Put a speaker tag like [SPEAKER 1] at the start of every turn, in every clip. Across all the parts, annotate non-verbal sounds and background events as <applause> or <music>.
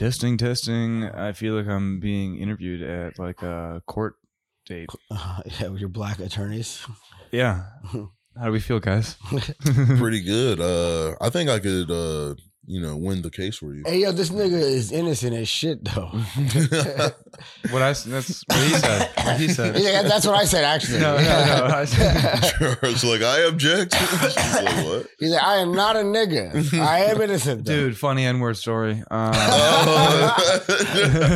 [SPEAKER 1] Testing, testing. I feel like I'm being interviewed at like a court date.
[SPEAKER 2] Uh, <laughs> yeah, with your black attorneys. <laughs>
[SPEAKER 1] Yeah. How do we feel, guys? <laughs>
[SPEAKER 3] Pretty good. Uh, I think I could, uh, you know, win the case for you. <laughs>
[SPEAKER 2] Hey, yo, this nigga is innocent as shit, though.
[SPEAKER 1] What I s- that's what he said. What
[SPEAKER 2] <laughs>
[SPEAKER 1] he said.
[SPEAKER 2] yeah, that's what I said, actually.
[SPEAKER 1] No, no,
[SPEAKER 2] <laughs>
[SPEAKER 1] no. I said-
[SPEAKER 3] It's like, I object. <laughs> She's like, what?
[SPEAKER 2] He's like, I am not a nigga. I am innocent, though.
[SPEAKER 1] Dude, funny N word story. Uh,
[SPEAKER 3] Oh, <laughs>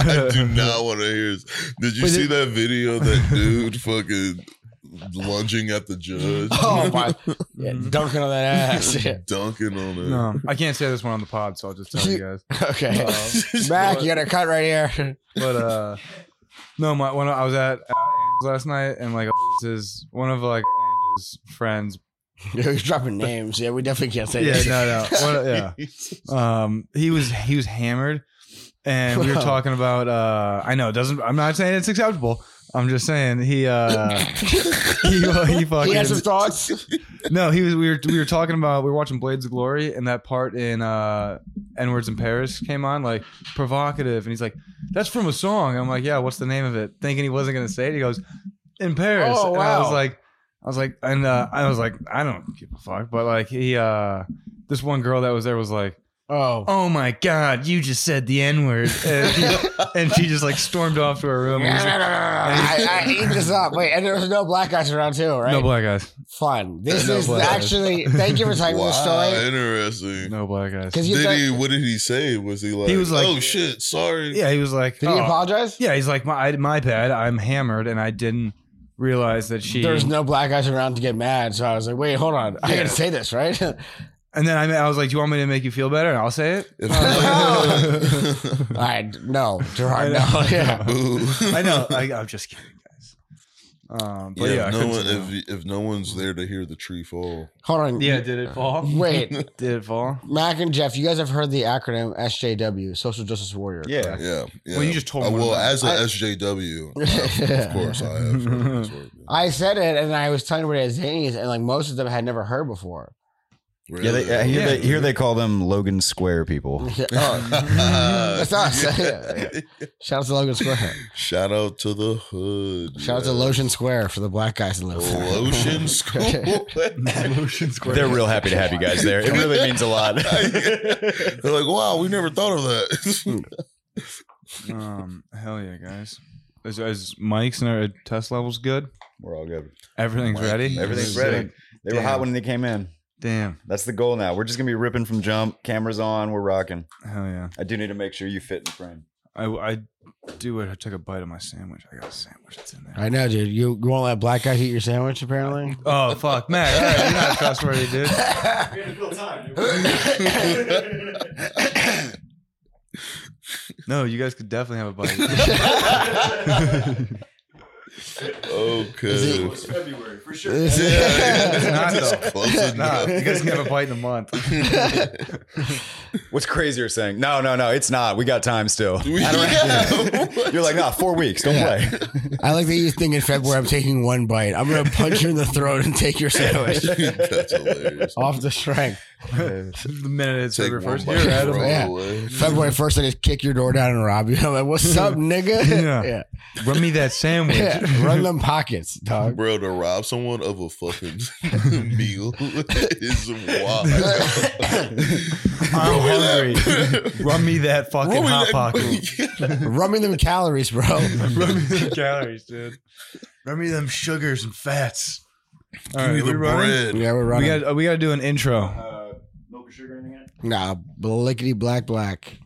[SPEAKER 3] I do not want to hear. This. Did you
[SPEAKER 2] Was
[SPEAKER 3] see
[SPEAKER 2] it-
[SPEAKER 3] that video? of That dude fucking lunging at
[SPEAKER 1] <laughs>
[SPEAKER 3] the judge,
[SPEAKER 2] <laughs> Oh my! <laughs> Yeah, dunking on that ass. <laughs> Yeah.
[SPEAKER 3] dunking on it.
[SPEAKER 1] mm,
[SPEAKER 3] <laughs>
[SPEAKER 1] no, I can't say this one on the pod, so I'll just
[SPEAKER 2] <laughs>
[SPEAKER 1] tell you guys.
[SPEAKER 2] Okay, <laughs> Mac, you got a cut right here. <laughs>
[SPEAKER 1] But uh, no, my when I was at uh, last night and like Alicia's one of like Angie's friends.
[SPEAKER 2] Yeah, he's dropping names. Yeah, we definitely can't say
[SPEAKER 1] Yeah,
[SPEAKER 2] that.
[SPEAKER 1] no, no,
[SPEAKER 2] <laughs>
[SPEAKER 1] One- yeah. um he was he was hammered and we were
[SPEAKER 2] Wow.
[SPEAKER 1] talking about uh i know it doesn't i'm not saying it's acceptable i'm just saying he
[SPEAKER 2] <laughs>
[SPEAKER 1] uh he, he fucking
[SPEAKER 2] He had some thoughts.
[SPEAKER 1] no he was we were we were talking about we were watching blades of glory and that part in uh n words in paris came on like provocative and he's like that's from a song i'm like yeah what's the name of it thinking he wasn't gonna say it he goes in paris
[SPEAKER 2] Oh,
[SPEAKER 1] and i was
[SPEAKER 2] wow.
[SPEAKER 1] like i was like and uh, i was like i don't give a fuck but like he uh this one girl that was there was like
[SPEAKER 2] Oh,
[SPEAKER 1] <laughs> oh my god you just said the n-word <laughs> and,
[SPEAKER 2] <laughs>
[SPEAKER 1] he- and she just like stormed off to her room
[SPEAKER 2] no,
[SPEAKER 1] and
[SPEAKER 2] no,
[SPEAKER 1] was
[SPEAKER 2] no, no,
[SPEAKER 1] like,
[SPEAKER 2] no. I, I eat this up. Wait, and there was no black guys around too, right?
[SPEAKER 1] no black guys
[SPEAKER 2] Fun. This
[SPEAKER 1] No
[SPEAKER 2] is
[SPEAKER 1] black guys.
[SPEAKER 2] actually. Thank you for telling me the
[SPEAKER 1] <laughs>
[SPEAKER 3] Wow,
[SPEAKER 2] story.
[SPEAKER 3] interesting.
[SPEAKER 1] no black guys
[SPEAKER 2] Because you
[SPEAKER 3] Did
[SPEAKER 2] thought,
[SPEAKER 3] he? What did he say? Was he like?
[SPEAKER 1] He was like-
[SPEAKER 3] "Oh shit, sorry."
[SPEAKER 1] yeah he was like
[SPEAKER 2] did he
[SPEAKER 1] "Oh."
[SPEAKER 2] apologize?
[SPEAKER 1] yeah he's like my, I- my bad i'm hammered and i didn't realize that she
[SPEAKER 2] There's no black guys around to get mad, so I was like, "Wait, hold on, I gotta say this, right?" <laughs>
[SPEAKER 1] and then I, I was like do you want me to make you feel better and i'll say it
[SPEAKER 2] <laughs>
[SPEAKER 1] <laughs>
[SPEAKER 3] <laughs>
[SPEAKER 1] Um,
[SPEAKER 3] If-
[SPEAKER 2] I no, Gerard, no,
[SPEAKER 1] I know.
[SPEAKER 2] <laughs> yeah,
[SPEAKER 1] i know I, i'm just kidding guys um but yeah,
[SPEAKER 3] Yeah, if
[SPEAKER 1] I
[SPEAKER 3] no
[SPEAKER 1] couldn't
[SPEAKER 3] one,
[SPEAKER 1] sit down.
[SPEAKER 3] if, if no one's there to hear the tree fall,
[SPEAKER 2] hold on,
[SPEAKER 1] yeah did it fall
[SPEAKER 2] wait,
[SPEAKER 1] <laughs> did it fall
[SPEAKER 2] Mac and Jeff, you guys have heard the acronym SJW, Social Justice Warrior.
[SPEAKER 1] yeah
[SPEAKER 3] yeah, yeah.
[SPEAKER 1] Well, you just told
[SPEAKER 3] Uh,
[SPEAKER 1] me one
[SPEAKER 3] well,
[SPEAKER 1] of mine.
[SPEAKER 3] as a SJW,
[SPEAKER 2] <laughs>
[SPEAKER 3] of course, I have. heard this word, yeah.
[SPEAKER 2] I said it, and I was telling everybody at Zanies, and like most of them had never heard before.
[SPEAKER 4] Yeah, they,
[SPEAKER 3] <laughs>
[SPEAKER 4] I hear
[SPEAKER 1] Yeah.
[SPEAKER 4] they here they call them Logan Square people.
[SPEAKER 2] oh, that's us. <laughs> Yeah, yeah. <laughs> Shout out to Logan Square.
[SPEAKER 3] Shout out to the hood.
[SPEAKER 2] Shout out to
[SPEAKER 3] yeah.
[SPEAKER 2] Lotion Square for the black guys in Lotion. <laughs>
[SPEAKER 3] <laughs> Lotion School.
[SPEAKER 1] <laughs>
[SPEAKER 4] They're real happy to have you guys there. It really means a lot.
[SPEAKER 3] They're <laughs> like, wow, we never thought of that. <laughs>
[SPEAKER 1] um hell yeah guys is, is mike's and our test levels good
[SPEAKER 4] <laughs> We're all good.
[SPEAKER 1] Everything's
[SPEAKER 3] Mike,
[SPEAKER 1] ready.
[SPEAKER 4] Everything's
[SPEAKER 1] Sick.
[SPEAKER 4] ready. They were
[SPEAKER 1] Damn.
[SPEAKER 4] hot when they came in.
[SPEAKER 1] Damn.
[SPEAKER 4] That's the goal now. We're just gonna be ripping from jump. Cameras on. We're rocking.
[SPEAKER 1] Hell yeah.
[SPEAKER 4] I do need to make sure you fit in frame.
[SPEAKER 1] I, I do it. I took a bite of my sandwich. I got a sandwich that's in there.
[SPEAKER 2] I know, dude. You, you won't let black guys eat your sandwich, apparently.
[SPEAKER 1] Oh fuck, man. All right, you're not trustworthy, dude. No, you guys could definitely have a bite. <laughs>
[SPEAKER 3] okay.
[SPEAKER 5] February for sure.
[SPEAKER 2] This is- <laughs>
[SPEAKER 1] It's not though.
[SPEAKER 3] Close
[SPEAKER 1] Nah,
[SPEAKER 3] enough. <laughs>
[SPEAKER 1] you guys can have a bite in a month.
[SPEAKER 4] <laughs> What's crazier saying? No, no, no. It's not. We got time <laughs> still.
[SPEAKER 3] Yeah.
[SPEAKER 4] You're like, nah, four weeks. Don't play.
[SPEAKER 2] I like that you think in February I'm taking one bite. I'm gonna punch you in the throat and take your sandwich
[SPEAKER 3] That's hilarious.
[SPEAKER 2] off the strength.
[SPEAKER 1] <laughs> the minute it's
[SPEAKER 3] Take
[SPEAKER 1] over
[SPEAKER 3] one
[SPEAKER 1] first
[SPEAKER 3] bite
[SPEAKER 1] year,
[SPEAKER 3] and
[SPEAKER 1] Adam.
[SPEAKER 3] throw it
[SPEAKER 2] Yeah.
[SPEAKER 3] away.
[SPEAKER 2] February first, I just kick your door down and rob you. I'm like, what's up, nigga?
[SPEAKER 1] Yeah.
[SPEAKER 2] yeah.
[SPEAKER 1] Run me that sandwich.
[SPEAKER 2] Yeah, run them pockets, dog.
[SPEAKER 3] Bro, to rob someone of a fucking <laughs> meal <laughs> is wild.
[SPEAKER 1] <laughs> I'm <laughs> hungry.
[SPEAKER 3] <laughs>
[SPEAKER 1] Run me that fucking <laughs>
[SPEAKER 3] What we
[SPEAKER 1] hot
[SPEAKER 3] like-
[SPEAKER 1] pocket.
[SPEAKER 2] Rubbing them calories, bro.
[SPEAKER 1] Run me them calories, dude. Run me them sugars and fats. All
[SPEAKER 3] Give
[SPEAKER 1] right,
[SPEAKER 3] me
[SPEAKER 1] we
[SPEAKER 3] the
[SPEAKER 1] running?
[SPEAKER 3] bread.
[SPEAKER 2] yeah, we're
[SPEAKER 1] We
[SPEAKER 2] running.
[SPEAKER 1] got we got to do an intro.
[SPEAKER 5] Uh, Milk or sugar in it?
[SPEAKER 2] nah, blickety black black.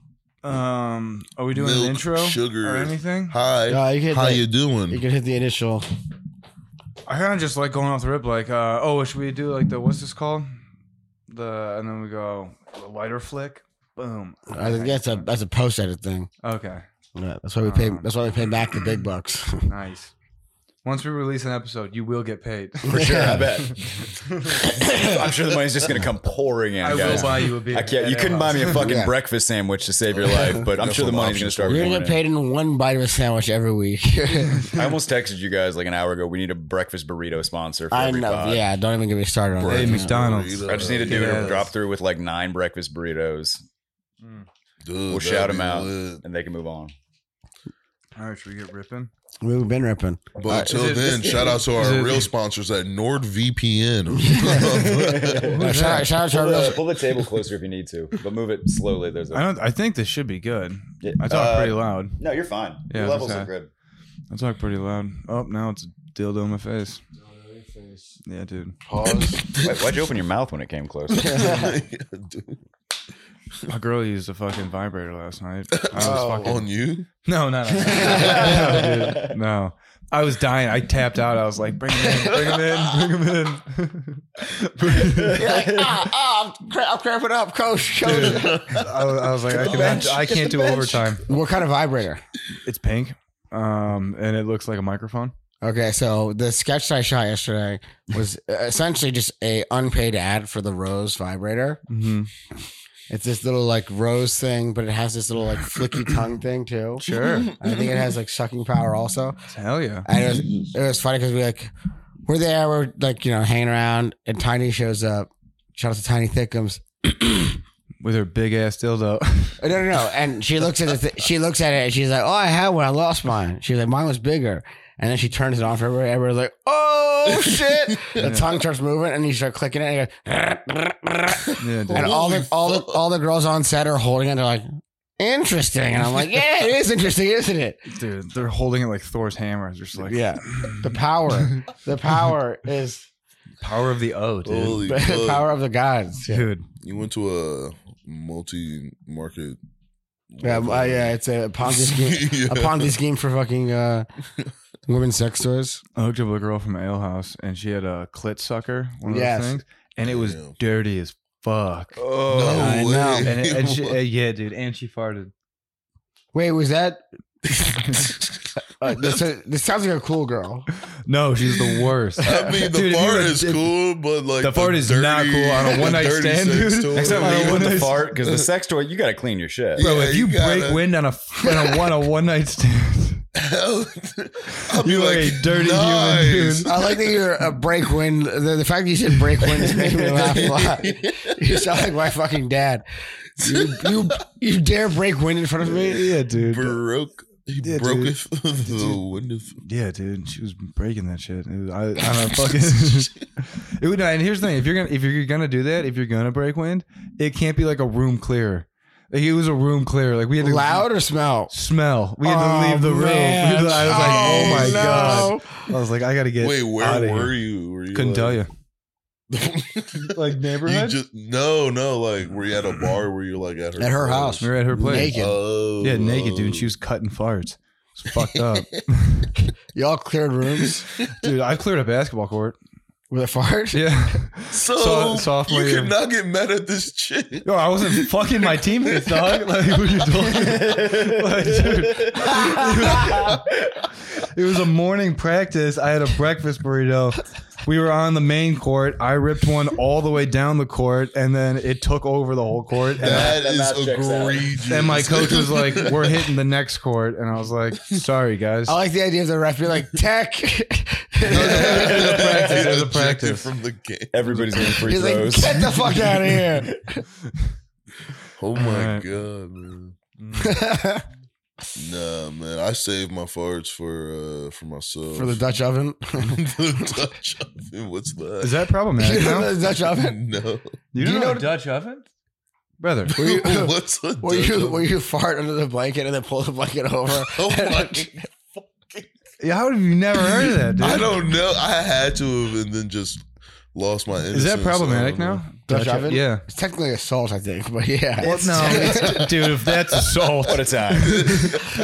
[SPEAKER 1] Um, are we doing
[SPEAKER 3] Milk,
[SPEAKER 1] an intro
[SPEAKER 3] sugar.
[SPEAKER 1] or anything?
[SPEAKER 3] Hi.
[SPEAKER 2] Uh, you can-
[SPEAKER 3] How you
[SPEAKER 2] You
[SPEAKER 3] doing?
[SPEAKER 2] can hit the initial.
[SPEAKER 1] I kind of just like going off the rip, like, uh, oh, should we do like the what's this called? The and then we go the lighter flick, boom.
[SPEAKER 2] I think that's a that's a post edit thing.
[SPEAKER 1] Okay,
[SPEAKER 2] Yeah, that's why we pay.
[SPEAKER 1] Uh-huh.
[SPEAKER 2] That's why we pay back the big bucks.
[SPEAKER 1] nice. Once we release an episode, you will get paid.
[SPEAKER 4] <laughs> For sure. I bet. I'm sure the money's just gonna come pouring in.
[SPEAKER 1] I will
[SPEAKER 4] guys.
[SPEAKER 1] buy you a beer.
[SPEAKER 4] I can't. You
[SPEAKER 1] at
[SPEAKER 4] couldn't
[SPEAKER 1] Arrows.
[SPEAKER 4] buy me
[SPEAKER 1] <laughs>
[SPEAKER 4] a fucking
[SPEAKER 2] Yeah.
[SPEAKER 4] breakfast sandwich to save your life, but I'm sure the
[SPEAKER 3] some
[SPEAKER 4] money's gonna
[SPEAKER 3] options
[SPEAKER 4] start.
[SPEAKER 2] You're gonna
[SPEAKER 4] pouring
[SPEAKER 2] get
[SPEAKER 4] in.
[SPEAKER 2] paid in one bite of a sandwich every week. <laughs>
[SPEAKER 4] I almost texted you guys like an hour ago. We need a breakfast burrito sponsor. For
[SPEAKER 2] I
[SPEAKER 4] every
[SPEAKER 2] know.
[SPEAKER 4] pod.
[SPEAKER 2] Yeah, don't even get me started on
[SPEAKER 1] Hey,
[SPEAKER 2] that.
[SPEAKER 1] McDonald's.
[SPEAKER 4] I just need to do
[SPEAKER 1] Yes.
[SPEAKER 4] a drop through with like nine breakfast burritos.
[SPEAKER 3] Dude,
[SPEAKER 4] We'll
[SPEAKER 3] that'd
[SPEAKER 4] shout
[SPEAKER 3] be
[SPEAKER 4] him out,
[SPEAKER 3] lit.
[SPEAKER 4] and they can move on.
[SPEAKER 1] All right, should we get ripping?
[SPEAKER 2] We've been ripping.
[SPEAKER 3] But
[SPEAKER 1] Uh,
[SPEAKER 3] until
[SPEAKER 1] is it-
[SPEAKER 3] then, shout out to
[SPEAKER 1] is
[SPEAKER 3] our
[SPEAKER 1] it-
[SPEAKER 3] real sponsors at
[SPEAKER 2] <laughs>
[SPEAKER 3] NordVPN.
[SPEAKER 2] Uh, shout, shout out to our
[SPEAKER 4] Pull the,
[SPEAKER 2] real-
[SPEAKER 4] pull the table closer if you need to, but move it slowly. There's a.
[SPEAKER 1] I don't. I think this should be good.
[SPEAKER 4] Yeah,
[SPEAKER 1] I talk
[SPEAKER 4] uh,
[SPEAKER 1] pretty loud.
[SPEAKER 4] No, you're fine.
[SPEAKER 1] Yeah,
[SPEAKER 4] Your levels
[SPEAKER 1] okay.
[SPEAKER 4] are good.
[SPEAKER 1] I talk pretty loud. Oh, now it's a dildo in my face. Yeah, dude.
[SPEAKER 2] Pause.
[SPEAKER 4] Wait, why'd you open your mouth when it
[SPEAKER 3] <laughs>
[SPEAKER 4] came close?
[SPEAKER 3] Dude,
[SPEAKER 1] My girl used a fucking vibrator last night. I was fucking.
[SPEAKER 3] <laughs> on you?
[SPEAKER 1] No,
[SPEAKER 4] <laughs>
[SPEAKER 1] no, no. no, dude, no. I was dying. I tapped out. I was like, bring him in, bring him in, bring him in. Bring him in. <laughs>
[SPEAKER 2] You're like, ah, ah, I'm, cra- I'm cramping up, coach. coach.
[SPEAKER 1] Dude, I, was- I was like, I,
[SPEAKER 4] the
[SPEAKER 1] cannot,
[SPEAKER 4] bench,
[SPEAKER 1] I
[SPEAKER 4] get
[SPEAKER 1] can't
[SPEAKER 4] the
[SPEAKER 1] do
[SPEAKER 4] bench.
[SPEAKER 1] overtime.
[SPEAKER 2] What kind of vibrator?
[SPEAKER 1] It's pink, um, and it looks like a microphone.
[SPEAKER 2] Okay, so the sketch that I shot yesterday was uh, essentially just a unpaid ad for the Rose vibrator.
[SPEAKER 1] Mm-hmm.
[SPEAKER 2] It's this little like rose thing, but it has this little like flicky tongue thing too.
[SPEAKER 1] Sure,
[SPEAKER 2] I think it has like sucking power also.
[SPEAKER 1] hell yeah.
[SPEAKER 2] And it was, it was funny because we like we're there, we're like you know hanging around, and Tiny shows up. Shout out to Tiny Thickums.
[SPEAKER 1] With her big ass dildo. <laughs>
[SPEAKER 2] Oh, No, no, no. And she looks at it. she looks at it, and she's like, "Oh, I had one. I lost mine." She's like, "Mine was bigger." And then she turns it on for everybody. Everybody's like,
[SPEAKER 3] <laughs>
[SPEAKER 2] "Oh shit!" The tongue starts moving, and you start clicking it. And, you go,
[SPEAKER 1] yeah, dude.
[SPEAKER 2] <laughs> and all the
[SPEAKER 3] Holy
[SPEAKER 2] all the
[SPEAKER 3] fuck.
[SPEAKER 2] all the girls on set are holding it. They're like, "Interesting." And I'm like, "Yeah, it is interesting, isn't it?"
[SPEAKER 1] Dude, they're holding it like Thor's hammer. It's just like
[SPEAKER 2] Yeah, the power, the power
[SPEAKER 3] <laughs>
[SPEAKER 2] is
[SPEAKER 1] power of the O, dude. <laughs>
[SPEAKER 3] Holy
[SPEAKER 2] the
[SPEAKER 3] fuck.
[SPEAKER 2] power of the gods. Yeah,
[SPEAKER 1] Dude,
[SPEAKER 3] You went to a multi-market.
[SPEAKER 2] yeah, uh,
[SPEAKER 3] <laughs>
[SPEAKER 2] yeah, it's a Ponzi scheme, a Ponzi scheme for fucking uh, women's sex
[SPEAKER 3] <laughs>
[SPEAKER 2] stores.
[SPEAKER 1] I hooked up with a girl from Ale House, and she had a clit sucker, one of
[SPEAKER 2] Yes.
[SPEAKER 1] those things, and it was
[SPEAKER 3] Damn.
[SPEAKER 1] dirty as fuck.
[SPEAKER 3] No
[SPEAKER 4] Oh,
[SPEAKER 2] I
[SPEAKER 3] way.
[SPEAKER 2] know.
[SPEAKER 1] And, it- <laughs>
[SPEAKER 3] <laughs>
[SPEAKER 1] and she, uh, yeah, dude, and she farted.
[SPEAKER 2] Wait, was that? <laughs> Uh, this, this sounds like a cool girl.
[SPEAKER 1] No, she's the worst.
[SPEAKER 3] <laughs> I mean, the
[SPEAKER 1] Dude, if you
[SPEAKER 3] fart
[SPEAKER 1] were-
[SPEAKER 3] is
[SPEAKER 1] if-
[SPEAKER 3] cool, but like
[SPEAKER 1] The fart is not cool on a
[SPEAKER 3] the
[SPEAKER 1] one-night
[SPEAKER 3] <laughs> dirty
[SPEAKER 1] stand,
[SPEAKER 3] sex
[SPEAKER 1] dude.
[SPEAKER 3] toy-
[SPEAKER 4] Next time
[SPEAKER 1] Oh,
[SPEAKER 4] when you want to
[SPEAKER 1] goodness.
[SPEAKER 4] fart, because the sex toy, you got to clean your shit.
[SPEAKER 1] Bro,
[SPEAKER 3] Yeah,
[SPEAKER 1] if
[SPEAKER 3] you
[SPEAKER 1] you, break
[SPEAKER 3] gotta-
[SPEAKER 1] wind on a on a, on a one night stand,
[SPEAKER 3] <laughs>
[SPEAKER 1] <laughs>
[SPEAKER 3] I'll be
[SPEAKER 1] you are
[SPEAKER 3] like,
[SPEAKER 1] a dirty human,
[SPEAKER 3] nice.
[SPEAKER 1] dude.
[SPEAKER 2] I like that you're a break win. The, the fact that you said break win is making me laugh a lot. <laughs> You sound like my fucking dad. You you, you dare break win in front of me?
[SPEAKER 1] Yeah, dude.
[SPEAKER 3] broke. He
[SPEAKER 1] Yeah,
[SPEAKER 3] broke
[SPEAKER 1] dude.
[SPEAKER 3] it <laughs> the window.
[SPEAKER 1] Yeah, dude. She was breaking that shit. It was, I, I don't know. Fucking. it <laughs> would, and here's the thing: if you're gonna if you're gonna do that, if you're gonna break wind, it can't be like a room clear. Like, it was a room clear. Like we had to
[SPEAKER 2] Loud or smell?
[SPEAKER 1] smell. We had
[SPEAKER 2] Oh,
[SPEAKER 1] to leave the room. <laughs> We
[SPEAKER 2] man.
[SPEAKER 1] had to- I was like, oh my
[SPEAKER 2] no.
[SPEAKER 1] god. I was like, I gotta get.
[SPEAKER 3] Wait,
[SPEAKER 1] outta
[SPEAKER 3] where
[SPEAKER 1] here.
[SPEAKER 3] were you? Were you?
[SPEAKER 1] Couldn't
[SPEAKER 3] like-
[SPEAKER 1] tell
[SPEAKER 3] <laughs>
[SPEAKER 1] you. Like
[SPEAKER 3] you
[SPEAKER 1] neighborhood.
[SPEAKER 3] just no, no. Like, were you at a bar? Were you like at her
[SPEAKER 2] At her house.
[SPEAKER 1] we were at her place.
[SPEAKER 2] Naked.
[SPEAKER 3] Oh,
[SPEAKER 1] Yeah, naked, dude. and She was cutting farts. It's fucked up.
[SPEAKER 2] Y'all cleared rooms
[SPEAKER 1] <laughs> dude, I cleared a basketball court.
[SPEAKER 2] with a fart?
[SPEAKER 1] Yeah.
[SPEAKER 3] so,
[SPEAKER 1] So- sophomore
[SPEAKER 3] You
[SPEAKER 1] year.
[SPEAKER 3] cannot get mad at this chick.
[SPEAKER 1] Yo, I wasn't fucking my teammates, dog. Like, what are you doing? Like, dude. It was a morning practice. I had a breakfast burrito. We were on the main court. I ripped one all the way down the court, and then it took over the whole court. And, I-
[SPEAKER 3] That
[SPEAKER 4] that
[SPEAKER 3] is
[SPEAKER 4] math checks out.
[SPEAKER 3] egregious.
[SPEAKER 1] and my coach was like, <laughs> "We're hitting the next court," and I was like, "Sorry, guys."
[SPEAKER 2] I like the idea of the ref being like,
[SPEAKER 1] <laughs>
[SPEAKER 2] tech.
[SPEAKER 1] was a practice, it was a
[SPEAKER 3] Ejected
[SPEAKER 1] practice.
[SPEAKER 3] from the game.
[SPEAKER 4] Everybody's doing free
[SPEAKER 2] He's like,
[SPEAKER 4] throws.
[SPEAKER 2] get the fuck out
[SPEAKER 1] <laughs>
[SPEAKER 2] of here.
[SPEAKER 3] Oh my
[SPEAKER 1] Alright.
[SPEAKER 3] god, man. Nah, man. I saved my farts for uh for myself. <laughs>
[SPEAKER 2] For the Dutch oven.
[SPEAKER 3] the Dutch oven. What's that?
[SPEAKER 1] Is that problematic?
[SPEAKER 2] <laughs> You
[SPEAKER 1] now?
[SPEAKER 2] know the Dutch oven?
[SPEAKER 3] no.
[SPEAKER 1] You
[SPEAKER 2] Do you
[SPEAKER 1] don't know
[SPEAKER 2] know-
[SPEAKER 1] Dutch oven, brother?
[SPEAKER 2] Were you,
[SPEAKER 3] <laughs> What's a
[SPEAKER 2] were
[SPEAKER 3] Dutch
[SPEAKER 2] you,
[SPEAKER 3] oven?
[SPEAKER 2] were you fart under the blanket and then pull the blanket over?
[SPEAKER 3] <laughs> Oh
[SPEAKER 1] <laughs>
[SPEAKER 3] my
[SPEAKER 1] Yeah, how have you never heard of that, dude?
[SPEAKER 3] <laughs> I don't know. I had to have, and then just lost my. Innocence.
[SPEAKER 1] Is that
[SPEAKER 3] I
[SPEAKER 1] problematic
[SPEAKER 3] don't know.
[SPEAKER 1] now?
[SPEAKER 2] Dutch oven?
[SPEAKER 1] Yeah.
[SPEAKER 2] It's technically assault, I think, but yeah.
[SPEAKER 1] Well, no, it's- dude, if that's assault,
[SPEAKER 4] what a time.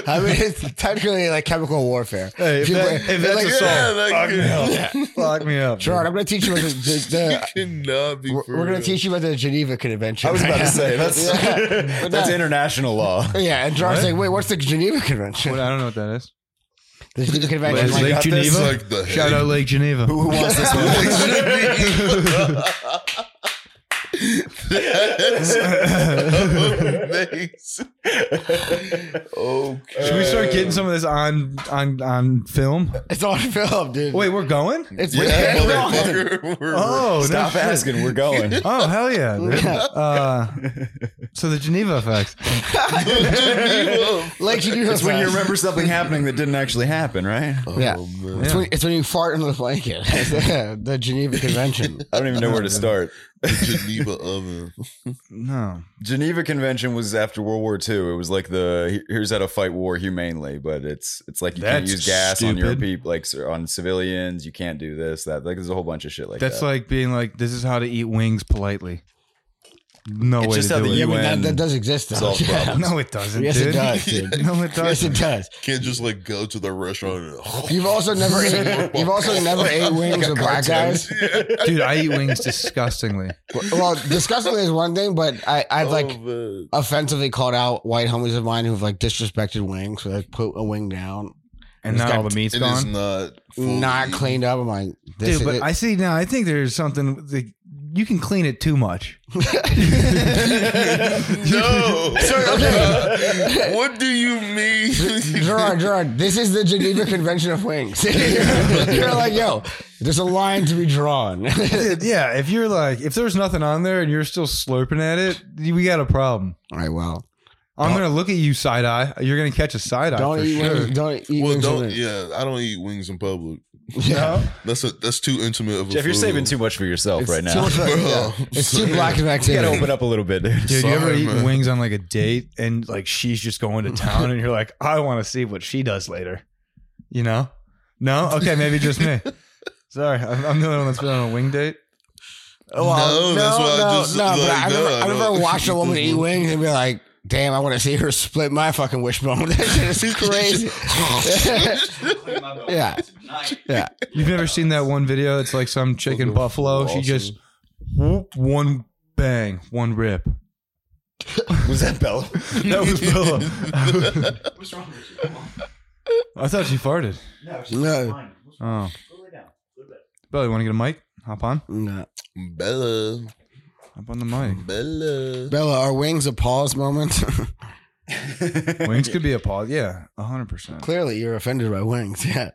[SPEAKER 2] I mean, it's technically like chemical warfare.
[SPEAKER 1] Hey, if
[SPEAKER 2] you
[SPEAKER 1] that-
[SPEAKER 2] were-
[SPEAKER 1] if that's
[SPEAKER 2] like,
[SPEAKER 1] assault,
[SPEAKER 3] Yeah, like
[SPEAKER 1] fuck
[SPEAKER 3] you-
[SPEAKER 1] me up. Fuck me up.
[SPEAKER 2] Gerard, I'm going to teach you about the. the,
[SPEAKER 3] You cannot be.
[SPEAKER 2] the we're
[SPEAKER 3] for
[SPEAKER 2] going
[SPEAKER 3] real.
[SPEAKER 2] to teach you about the Geneva Convention.
[SPEAKER 4] I was about
[SPEAKER 2] right <laughs>
[SPEAKER 4] to
[SPEAKER 2] now.
[SPEAKER 4] say that's <laughs> that's
[SPEAKER 2] no.
[SPEAKER 4] international <laughs> law.
[SPEAKER 2] Yeah, and Gerard's like, wait, what's the Geneva Convention?
[SPEAKER 1] What- I don't know what that is.
[SPEAKER 2] The Geneva Convention.
[SPEAKER 1] Lake,
[SPEAKER 2] like,
[SPEAKER 1] Lake
[SPEAKER 4] got this,
[SPEAKER 1] Geneva.
[SPEAKER 3] It's
[SPEAKER 2] <laughs>
[SPEAKER 3] like the <laughs>
[SPEAKER 4] <laughs>
[SPEAKER 1] Shout out Lake Geneva.
[SPEAKER 4] Who wants this one?
[SPEAKER 3] That's amazing.
[SPEAKER 2] <laughs>
[SPEAKER 3] Okay.
[SPEAKER 1] Should we start getting some of this on on on film?
[SPEAKER 2] It's on film, dude.
[SPEAKER 1] Wait, we're going?
[SPEAKER 2] it's <laughs>
[SPEAKER 3] Yeah,
[SPEAKER 2] it's on.
[SPEAKER 4] <laughs>
[SPEAKER 3] motherfucker. We're-
[SPEAKER 1] Oh, no
[SPEAKER 4] Stop
[SPEAKER 1] shit.
[SPEAKER 4] asking. We're going.
[SPEAKER 1] Oh hell yeah! dude.
[SPEAKER 2] Yeah.
[SPEAKER 1] Uh, so the Geneva effect.
[SPEAKER 2] Like she do
[SPEAKER 4] <laughs> It's when you remember something happening that didn't actually happen, right?
[SPEAKER 2] Yeah.
[SPEAKER 3] Oh, man.
[SPEAKER 2] It's when, it's when you fart under the blanket. <laughs> uh, the Geneva Convention.
[SPEAKER 4] I don't even know where to start.
[SPEAKER 3] Geneva oven.
[SPEAKER 1] No,
[SPEAKER 4] Geneva Convention was after World War II. It was like the here's how to fight war humanely, but it's it's like you can't
[SPEAKER 1] That's
[SPEAKER 4] use gas on your
[SPEAKER 1] stupid.
[SPEAKER 4] people, like so- on civilians. You can't do this, that. Like there's a whole bunch of shit like
[SPEAKER 1] that's
[SPEAKER 4] that.
[SPEAKER 1] like being like, this is how to eat wings politely. No
[SPEAKER 4] It's
[SPEAKER 1] way
[SPEAKER 4] just
[SPEAKER 1] to
[SPEAKER 4] how
[SPEAKER 1] do
[SPEAKER 4] the
[SPEAKER 1] it.
[SPEAKER 2] Yeah,
[SPEAKER 4] UN
[SPEAKER 2] but that, that does exist though.
[SPEAKER 4] solve
[SPEAKER 2] <laughs>
[SPEAKER 1] <laughs>
[SPEAKER 2] Yeah.
[SPEAKER 4] problems.
[SPEAKER 1] No, it doesn't.
[SPEAKER 2] Yes, it
[SPEAKER 1] dude.
[SPEAKER 2] does, dude.
[SPEAKER 1] <laughs> No, it
[SPEAKER 2] Yes,
[SPEAKER 1] doesn't.
[SPEAKER 2] it does.
[SPEAKER 3] Can't just like go to the restaurant.
[SPEAKER 2] <laughs>
[SPEAKER 3] And,
[SPEAKER 2] You've also
[SPEAKER 4] <laughs>
[SPEAKER 2] never ate, you've also never ate wings
[SPEAKER 3] <laughs>
[SPEAKER 2] with black guys.
[SPEAKER 1] Dude, I eat wings
[SPEAKER 2] <laughs>
[SPEAKER 1] disgustingly.
[SPEAKER 2] Well, disgustingly is one thing, but I, I've like
[SPEAKER 3] Oh,
[SPEAKER 4] Oh.
[SPEAKER 3] man.
[SPEAKER 2] offensively called out white homies of mine who've like disrespected wings, so like put a wing down,
[SPEAKER 1] And
[SPEAKER 2] It's
[SPEAKER 1] now
[SPEAKER 2] got-
[SPEAKER 1] all the meat's
[SPEAKER 3] It is
[SPEAKER 1] gone.
[SPEAKER 3] not fully-
[SPEAKER 2] not cleaned up. I'm like,
[SPEAKER 1] Dude,
[SPEAKER 2] this is
[SPEAKER 1] but
[SPEAKER 2] it.
[SPEAKER 1] I see now. I think there's something that you can clean it too
[SPEAKER 2] <laughs>
[SPEAKER 1] much.
[SPEAKER 3] <laughs>
[SPEAKER 1] <laughs>
[SPEAKER 3] No.
[SPEAKER 2] okay.
[SPEAKER 3] what do you mean?
[SPEAKER 2] <laughs>
[SPEAKER 3] <laughs>
[SPEAKER 2] Gerard, Gerard, this is
[SPEAKER 1] <laughs>
[SPEAKER 2] the Geneva Convention of Wings. <laughs> You're like, yo, there's a line to be drawn. <laughs> All
[SPEAKER 1] Dude, yeah, if you're like, if there's nothing on there and you're still slurping at it, we got a problem.
[SPEAKER 2] right, well,
[SPEAKER 1] I'm gonna look at you side eye. You're gonna catch a side eye.
[SPEAKER 2] don't
[SPEAKER 1] for
[SPEAKER 2] eat,
[SPEAKER 1] sure.
[SPEAKER 2] wings, don't eat
[SPEAKER 3] well,
[SPEAKER 2] wings.
[SPEAKER 3] don't.
[SPEAKER 2] with it.
[SPEAKER 3] Yeah, I don't eat wings in public.
[SPEAKER 2] Yeah.
[SPEAKER 3] That's a, that's too intimate of a.
[SPEAKER 4] Jeff, you're
[SPEAKER 3] food.
[SPEAKER 4] saving too much for yourself right
[SPEAKER 2] Too
[SPEAKER 4] now.
[SPEAKER 2] much of- yeah. It's too black of
[SPEAKER 4] <laughs> You gotta
[SPEAKER 2] activity.
[SPEAKER 4] open up a little bit, dude.
[SPEAKER 1] Dude, you ever
[SPEAKER 3] Sorry,
[SPEAKER 1] eat
[SPEAKER 3] man.
[SPEAKER 1] wings on like a date and like she's just going to town and you're like, I want to see what she does later. You know? No? Okay, maybe just
[SPEAKER 3] <laughs>
[SPEAKER 1] me. Sorry, I'm, I'm the only one that's been on a wing date.
[SPEAKER 3] No, that's why I just,
[SPEAKER 2] no, but
[SPEAKER 3] like,
[SPEAKER 2] I never,
[SPEAKER 3] no,
[SPEAKER 2] I never
[SPEAKER 3] no.
[SPEAKER 2] watched a
[SPEAKER 3] <laughs>
[SPEAKER 2] woman eat wings and be like, damn, I want to see her split my fucking wishbone. <laughs> that shit
[SPEAKER 3] <laughs>
[SPEAKER 2] is crazy. <laughs> Yeah. yeah.
[SPEAKER 1] You've never seen that one video? It's like some chick in Buffalo. She just whoop, one bang, one rip.
[SPEAKER 4] <laughs> Was that Bella?
[SPEAKER 1] That
[SPEAKER 3] <laughs>
[SPEAKER 1] was Bella.
[SPEAKER 5] What's wrong with you? Come on.
[SPEAKER 1] I thought she farted.
[SPEAKER 5] No, it's
[SPEAKER 2] No.
[SPEAKER 5] fine. What's wrong?
[SPEAKER 1] Oh.
[SPEAKER 5] Go lay down. Go to bed.
[SPEAKER 1] Bella, you want to get a mic? Hop on.
[SPEAKER 2] No.
[SPEAKER 3] Bella,
[SPEAKER 1] Hop on the
[SPEAKER 3] <laughs>
[SPEAKER 1] mic.
[SPEAKER 3] Bella.
[SPEAKER 2] Bella, are wings a pause moment? <laughs>
[SPEAKER 1] Wings could be a pause. Yeah, 100%.
[SPEAKER 2] Clearly, you're offended by wings. <laughs> Yeah.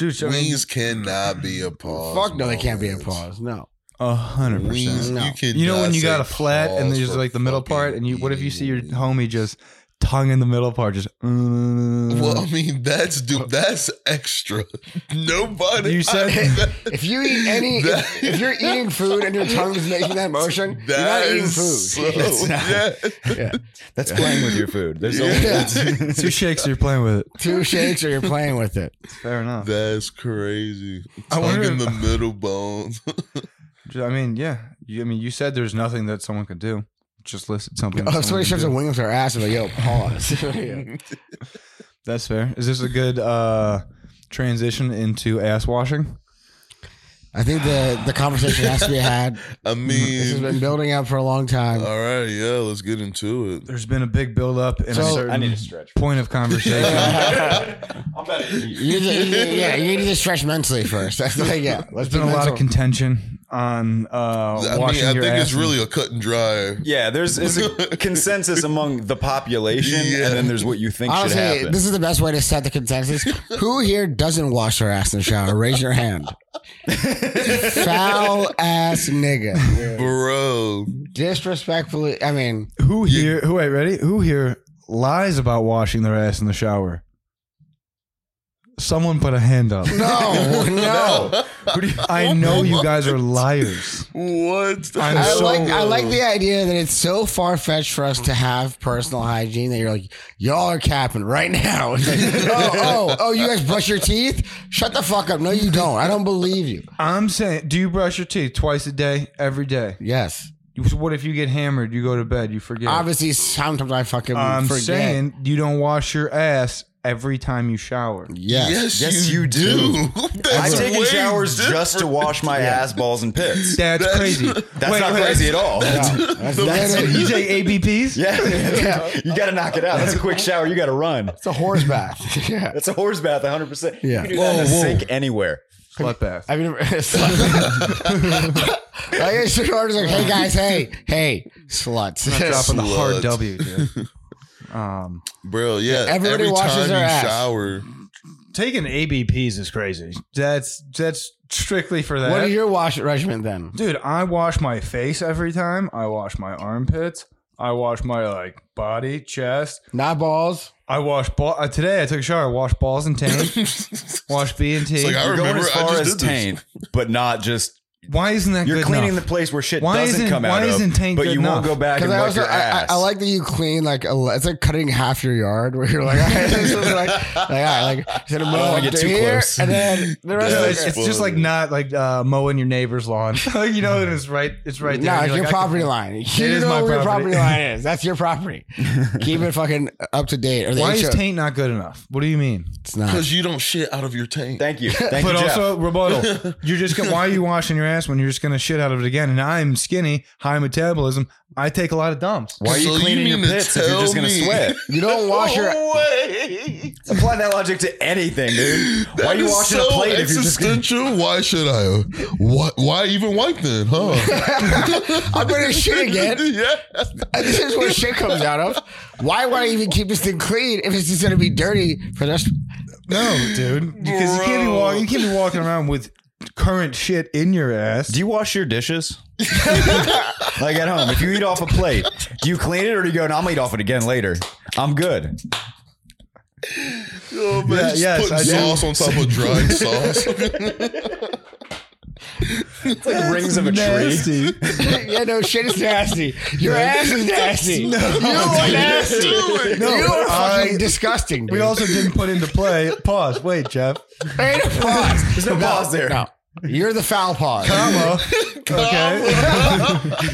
[SPEAKER 1] Dude, I mean,
[SPEAKER 3] Wings cannot be a pause.
[SPEAKER 2] Fuck no, they can't be a
[SPEAKER 3] moment.
[SPEAKER 2] pause. No.
[SPEAKER 3] <laughs>
[SPEAKER 1] 100%.
[SPEAKER 3] Wings,
[SPEAKER 2] No.
[SPEAKER 3] you can.
[SPEAKER 1] You know when you got a flat and there's like the middle part, and you what if you see your homie just tongue in the middle part, just uh, mm.
[SPEAKER 3] Well, I mean that's du- that's extra. <laughs> Nobody.
[SPEAKER 1] Oh. You
[SPEAKER 3] <laughs>
[SPEAKER 1] said-
[SPEAKER 2] If you eat any, if, if you're eating food and your tongue is making that
[SPEAKER 3] <laughs>
[SPEAKER 2] motion, you're not
[SPEAKER 3] That
[SPEAKER 2] eating
[SPEAKER 3] is
[SPEAKER 2] food. <laughs>
[SPEAKER 3] So, <laughs> yeah.
[SPEAKER 2] Yeah.
[SPEAKER 4] That's playing with your food. There's
[SPEAKER 2] Yeah.
[SPEAKER 1] <laughs>
[SPEAKER 4] only
[SPEAKER 1] two shakes, you're playing with it.
[SPEAKER 2] <laughs> Two shakes or you're playing with it.
[SPEAKER 1] <laughs> Fair enough.
[SPEAKER 3] That's crazy.
[SPEAKER 1] I
[SPEAKER 3] Tongue
[SPEAKER 1] wonder-
[SPEAKER 3] in the middle bone.
[SPEAKER 1] I mean, yeah. You, I mean, you said there's nothing that someone could do. Just listed something.
[SPEAKER 2] Oh,
[SPEAKER 1] that
[SPEAKER 2] if
[SPEAKER 1] someone
[SPEAKER 2] somebody
[SPEAKER 1] could
[SPEAKER 2] shoves a
[SPEAKER 1] do.
[SPEAKER 2] wing up their ass, I'm like, yo,
[SPEAKER 1] <laughs>
[SPEAKER 2] pause. Yeah.
[SPEAKER 1] That's fair. Is this a good uh, transition into ass washing?
[SPEAKER 2] I think the the conversation has to be had.
[SPEAKER 3] <laughs> I
[SPEAKER 2] This has
[SPEAKER 3] mean,
[SPEAKER 2] been building up for a long time.
[SPEAKER 3] all right, yeah. Let's get into it.
[SPEAKER 1] There's been a big buildup and
[SPEAKER 2] So-
[SPEAKER 1] a
[SPEAKER 2] I
[SPEAKER 1] certain
[SPEAKER 4] stretch.
[SPEAKER 1] point of <laughs> conversation.
[SPEAKER 5] I'm better than you.
[SPEAKER 2] You need to, you need- yeah, you need to stretch mentally first. That's like, yeah, let's
[SPEAKER 1] There's been a lot of
[SPEAKER 2] mental.
[SPEAKER 1] contention on uh,
[SPEAKER 3] I mean,
[SPEAKER 1] washing
[SPEAKER 3] I
[SPEAKER 1] your
[SPEAKER 3] think
[SPEAKER 1] ass.
[SPEAKER 3] it's really a cut and dry.
[SPEAKER 4] <laughs> Yeah, there's is a consensus among the population,
[SPEAKER 3] Yeah.
[SPEAKER 4] and then there's what you think should
[SPEAKER 2] Honestly,
[SPEAKER 4] happen.
[SPEAKER 2] this is the best way to set the consensus. Who here doesn't wash their ass in the shower? Raise your hand. Foul
[SPEAKER 1] <laughs>
[SPEAKER 2] ass nigga.
[SPEAKER 3] Bro,
[SPEAKER 2] Disrespectfully, I mean,
[SPEAKER 1] Who here? Who wait? Ready? Who here lies about washing their ass in the shower? Someone put a hand up. <laughs>
[SPEAKER 2] no, no.
[SPEAKER 1] Who do you- I know you guys are liars.
[SPEAKER 3] what?
[SPEAKER 1] I'm
[SPEAKER 2] I
[SPEAKER 1] So-
[SPEAKER 2] like I like the idea that it's so far fetched for us to have personal hygiene that you're like y'all are capping right now. <laughs> It's like, oh oh oh, you guys brush your teeth? Shut the fuck up! No, you don't. I don't believe you.
[SPEAKER 1] I'm saying, do you brush your teeth twice a day, every day?
[SPEAKER 2] Yes,
[SPEAKER 1] You- What if you get hammered? You go to bed, you forget.
[SPEAKER 2] obviously sometimes I fucking
[SPEAKER 1] I'm
[SPEAKER 2] forget.
[SPEAKER 1] saying you don't wash your ass every time you shower.
[SPEAKER 2] yes.
[SPEAKER 3] yes,
[SPEAKER 4] Yes,
[SPEAKER 3] <laughs>
[SPEAKER 4] you do. I've
[SPEAKER 3] That's
[SPEAKER 4] taken
[SPEAKER 3] way
[SPEAKER 4] showers
[SPEAKER 3] different.
[SPEAKER 4] just to wash my ass, balls, and pits.
[SPEAKER 1] That's,
[SPEAKER 3] That's-
[SPEAKER 1] crazy.
[SPEAKER 4] That's not crazy at all.
[SPEAKER 2] No, that's, that's,
[SPEAKER 1] You take ABPs?
[SPEAKER 4] <laughs> Yeah, you got to knock it out. That's a quick shower. You got to run.
[SPEAKER 2] it's a horse bath. <laughs> yeah.
[SPEAKER 4] That's a horse bath, 100. percent
[SPEAKER 2] Yeah.
[SPEAKER 4] You can do that in a
[SPEAKER 1] Whoa, whoa.
[SPEAKER 4] sink anywhere.
[SPEAKER 1] Slut bath.
[SPEAKER 2] Have you <laughs> never? slut. I guess your order's like, hey guys, hey, hey, sluts.
[SPEAKER 1] I'm not dropping the hard
[SPEAKER 3] Slut.
[SPEAKER 1] W, dude. Um,
[SPEAKER 3] bro. Yeah,
[SPEAKER 2] Everybody
[SPEAKER 3] every
[SPEAKER 2] washes
[SPEAKER 3] time
[SPEAKER 2] their
[SPEAKER 3] you
[SPEAKER 2] ass.
[SPEAKER 4] <laughs>
[SPEAKER 3] shower,
[SPEAKER 1] taking ABPs is crazy. That's that's strictly for that.
[SPEAKER 2] what is your wash regimen then?
[SPEAKER 1] Dude, I wash my face every time. I wash my armpits. I wash my like body, chest.
[SPEAKER 2] Not balls.
[SPEAKER 1] I wash ball. Uh, today I took a shower. I washed balls and taint.
[SPEAKER 3] <laughs> it's
[SPEAKER 1] wash B and T.
[SPEAKER 3] like I
[SPEAKER 4] You're going
[SPEAKER 3] remember.
[SPEAKER 4] as far
[SPEAKER 3] I just
[SPEAKER 4] as
[SPEAKER 3] did this.
[SPEAKER 4] taint, but not just
[SPEAKER 1] why isn't that?
[SPEAKER 4] You're
[SPEAKER 1] good
[SPEAKER 4] cleaning
[SPEAKER 1] enough?
[SPEAKER 4] the place where shit
[SPEAKER 1] Why
[SPEAKER 4] doesn't
[SPEAKER 1] isn't-
[SPEAKER 4] come out
[SPEAKER 1] why
[SPEAKER 4] of,
[SPEAKER 1] isn't tank
[SPEAKER 4] but
[SPEAKER 1] good
[SPEAKER 4] you won't
[SPEAKER 1] enough?
[SPEAKER 4] go back and
[SPEAKER 2] Because I
[SPEAKER 4] wipe
[SPEAKER 2] also
[SPEAKER 4] your
[SPEAKER 2] I, I,
[SPEAKER 4] ass.
[SPEAKER 2] I like that you clean like a, li- it's like cutting half your yard where you're like, <laughs> all right, this is like, like, all right, like I don't
[SPEAKER 4] wanna get too close.
[SPEAKER 2] and then the rest
[SPEAKER 3] Yeah,
[SPEAKER 2] of
[SPEAKER 1] No,
[SPEAKER 2] it.
[SPEAKER 1] it's,
[SPEAKER 3] that's
[SPEAKER 1] it's just
[SPEAKER 3] fun.
[SPEAKER 1] like not like uh, mowing your neighbor's lawn. <laughs> you know, it's right. It's right there.
[SPEAKER 2] No,
[SPEAKER 1] and
[SPEAKER 2] it's
[SPEAKER 1] you're
[SPEAKER 2] your
[SPEAKER 1] like, I
[SPEAKER 2] property
[SPEAKER 1] can-
[SPEAKER 2] line. You
[SPEAKER 1] is
[SPEAKER 2] know
[SPEAKER 1] my
[SPEAKER 2] where your
[SPEAKER 1] property.
[SPEAKER 2] property line is. That's your property. Keep it fucking up to date. Or the
[SPEAKER 1] Why
[SPEAKER 2] HO
[SPEAKER 1] is taint not good enough? What do you mean?
[SPEAKER 2] It's not.
[SPEAKER 3] Because you don't shit out of your tank.
[SPEAKER 4] Thank you. Thank
[SPEAKER 1] but
[SPEAKER 4] you, Jeff.
[SPEAKER 1] also rebuttal. You're just gonna, why are you washing your ass when you're just gonna shit out of it again? And I'm skinny, high metabolism. I take a lot of dumps.
[SPEAKER 4] why are you
[SPEAKER 3] So you
[SPEAKER 4] cleaning
[SPEAKER 3] mean
[SPEAKER 4] your
[SPEAKER 3] to
[SPEAKER 4] pits if you're
[SPEAKER 3] tell
[SPEAKER 4] just going to
[SPEAKER 3] me-
[SPEAKER 4] sweat?
[SPEAKER 2] You don't wash your.
[SPEAKER 4] <laughs> Apply that logic to anything, dude.
[SPEAKER 3] That
[SPEAKER 4] why are you
[SPEAKER 3] is
[SPEAKER 4] washing
[SPEAKER 3] so
[SPEAKER 4] a plate if you're just going
[SPEAKER 3] existential?
[SPEAKER 4] <laughs>
[SPEAKER 3] Why should I? Why, why even wipe then?
[SPEAKER 4] <laughs>
[SPEAKER 3] Huh?
[SPEAKER 1] <laughs>
[SPEAKER 2] I'm gonna shit again.
[SPEAKER 3] <laughs> yeah.
[SPEAKER 2] This is where shit comes out of. Why would I even keep this thing clean if it's just gonna be dirty for the rest?
[SPEAKER 1] No, dude, <laughs> because you can't be walking. You can't be walking around with current shit in your ass.
[SPEAKER 4] Do you wash your
[SPEAKER 3] <laughs>
[SPEAKER 4] dishes? like at home, if you eat off a plate, do you clean it or do you go, no, I'm gonna eat off it again later? I'm good.
[SPEAKER 3] Oh, man,
[SPEAKER 1] Yeah,
[SPEAKER 3] just
[SPEAKER 1] yes,
[SPEAKER 3] putting
[SPEAKER 1] I do.
[SPEAKER 3] sauce on top of
[SPEAKER 4] <laughs>
[SPEAKER 3] dried sauce.
[SPEAKER 4] Rings of a tree. <laughs>
[SPEAKER 1] nasty.
[SPEAKER 2] <laughs> yeah, no shit is nasty. Your ass is <laughs> nasty.
[SPEAKER 1] No.
[SPEAKER 2] you are nasty.
[SPEAKER 1] No,
[SPEAKER 2] you are fucking
[SPEAKER 1] I-
[SPEAKER 2] disgusting. Dude.
[SPEAKER 1] We also didn't put into play. Pause. Wait, Jeff.
[SPEAKER 2] Wait a pause.
[SPEAKER 4] There's no pause there.
[SPEAKER 2] No, <laughs> you're the foul pause.
[SPEAKER 1] Comma. Okay.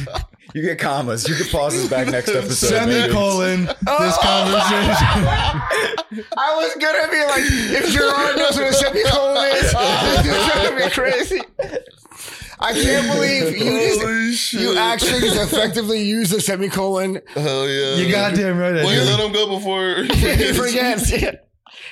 [SPEAKER 4] You get commas. You get pauses
[SPEAKER 3] <laughs>
[SPEAKER 4] back next episode. maybe.
[SPEAKER 1] Semicolon.
[SPEAKER 4] <laughs>
[SPEAKER 1] This conversation.
[SPEAKER 2] <laughs> I was gonna be like, if Gerard knows what a semicolon is, <laughs> this is gonna be crazy. I can't believe you just,
[SPEAKER 3] Holy shit.
[SPEAKER 2] you actually just effectively used a semicolon.
[SPEAKER 3] Hell yeah.
[SPEAKER 1] You goddamn right. I
[SPEAKER 3] Wait,
[SPEAKER 1] did.
[SPEAKER 3] let him
[SPEAKER 2] <laughs>
[SPEAKER 3] go before. <laughs>
[SPEAKER 2] He forgets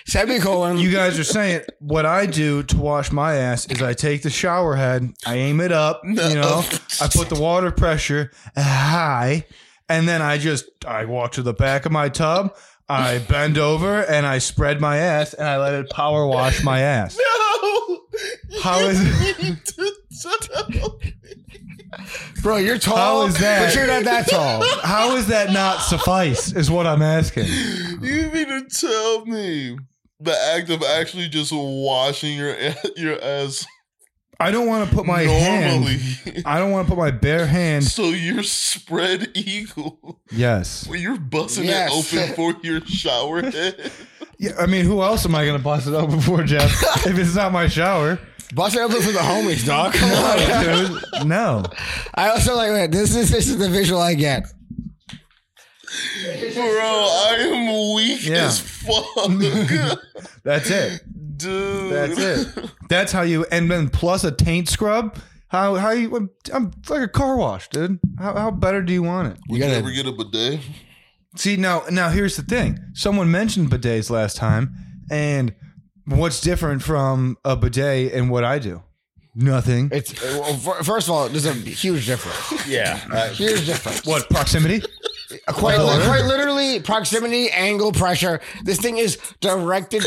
[SPEAKER 2] semicolon.
[SPEAKER 1] You guys are saying what I do to wash my ass is I take the shower head, I aim it up, you know, I put the water pressure high, and then I just I walk to the back of my tub, I bend over and I spread my ass and I let it power wash my ass.
[SPEAKER 3] no.
[SPEAKER 1] How
[SPEAKER 3] <laughs>
[SPEAKER 1] is
[SPEAKER 2] bro, you're tall.
[SPEAKER 1] How is that?
[SPEAKER 2] But you're not that tall.
[SPEAKER 1] how is that not suffice? Is what I'm asking.
[SPEAKER 3] You mean to tell me the act of actually just washing your your ass
[SPEAKER 1] I don't want to put my
[SPEAKER 3] normally?
[SPEAKER 1] hand. I don't want to put my bare hand.
[SPEAKER 3] So you're spread eagle.
[SPEAKER 1] Yes.
[SPEAKER 3] Well, you're busting
[SPEAKER 2] Yes.
[SPEAKER 3] it open for your shower head.
[SPEAKER 1] Yeah, I mean, who else am I going to bust it up before Jeff? if it's not my shower.
[SPEAKER 2] Bust it open for the homies, dog. <laughs> Come on.
[SPEAKER 1] No, dude. No.
[SPEAKER 2] I also like wait, this is this is the visual I get.
[SPEAKER 3] Bro, I am weak
[SPEAKER 1] Yeah.
[SPEAKER 3] as
[SPEAKER 2] <laughs>
[SPEAKER 3] fuck.
[SPEAKER 1] That's it.
[SPEAKER 3] Dude.
[SPEAKER 1] That's it. That's how you and then plus a taint scrub. How how you I'm it's like a car wash, dude. How how better do you want it?
[SPEAKER 2] You
[SPEAKER 3] Ever
[SPEAKER 2] gotta
[SPEAKER 3] get a bidet?
[SPEAKER 1] See now now here's the thing. Someone mentioned bidets last time and what's different from a bidet and what I do? Nothing.
[SPEAKER 2] it's well, fir- first of all, there's a huge difference. <laughs>
[SPEAKER 4] Yeah. Uh,
[SPEAKER 2] Huge difference.
[SPEAKER 1] What proximity?
[SPEAKER 2] Quite,
[SPEAKER 1] Hello.
[SPEAKER 2] li- quite literally, proximity, angle, pressure. This thing is directed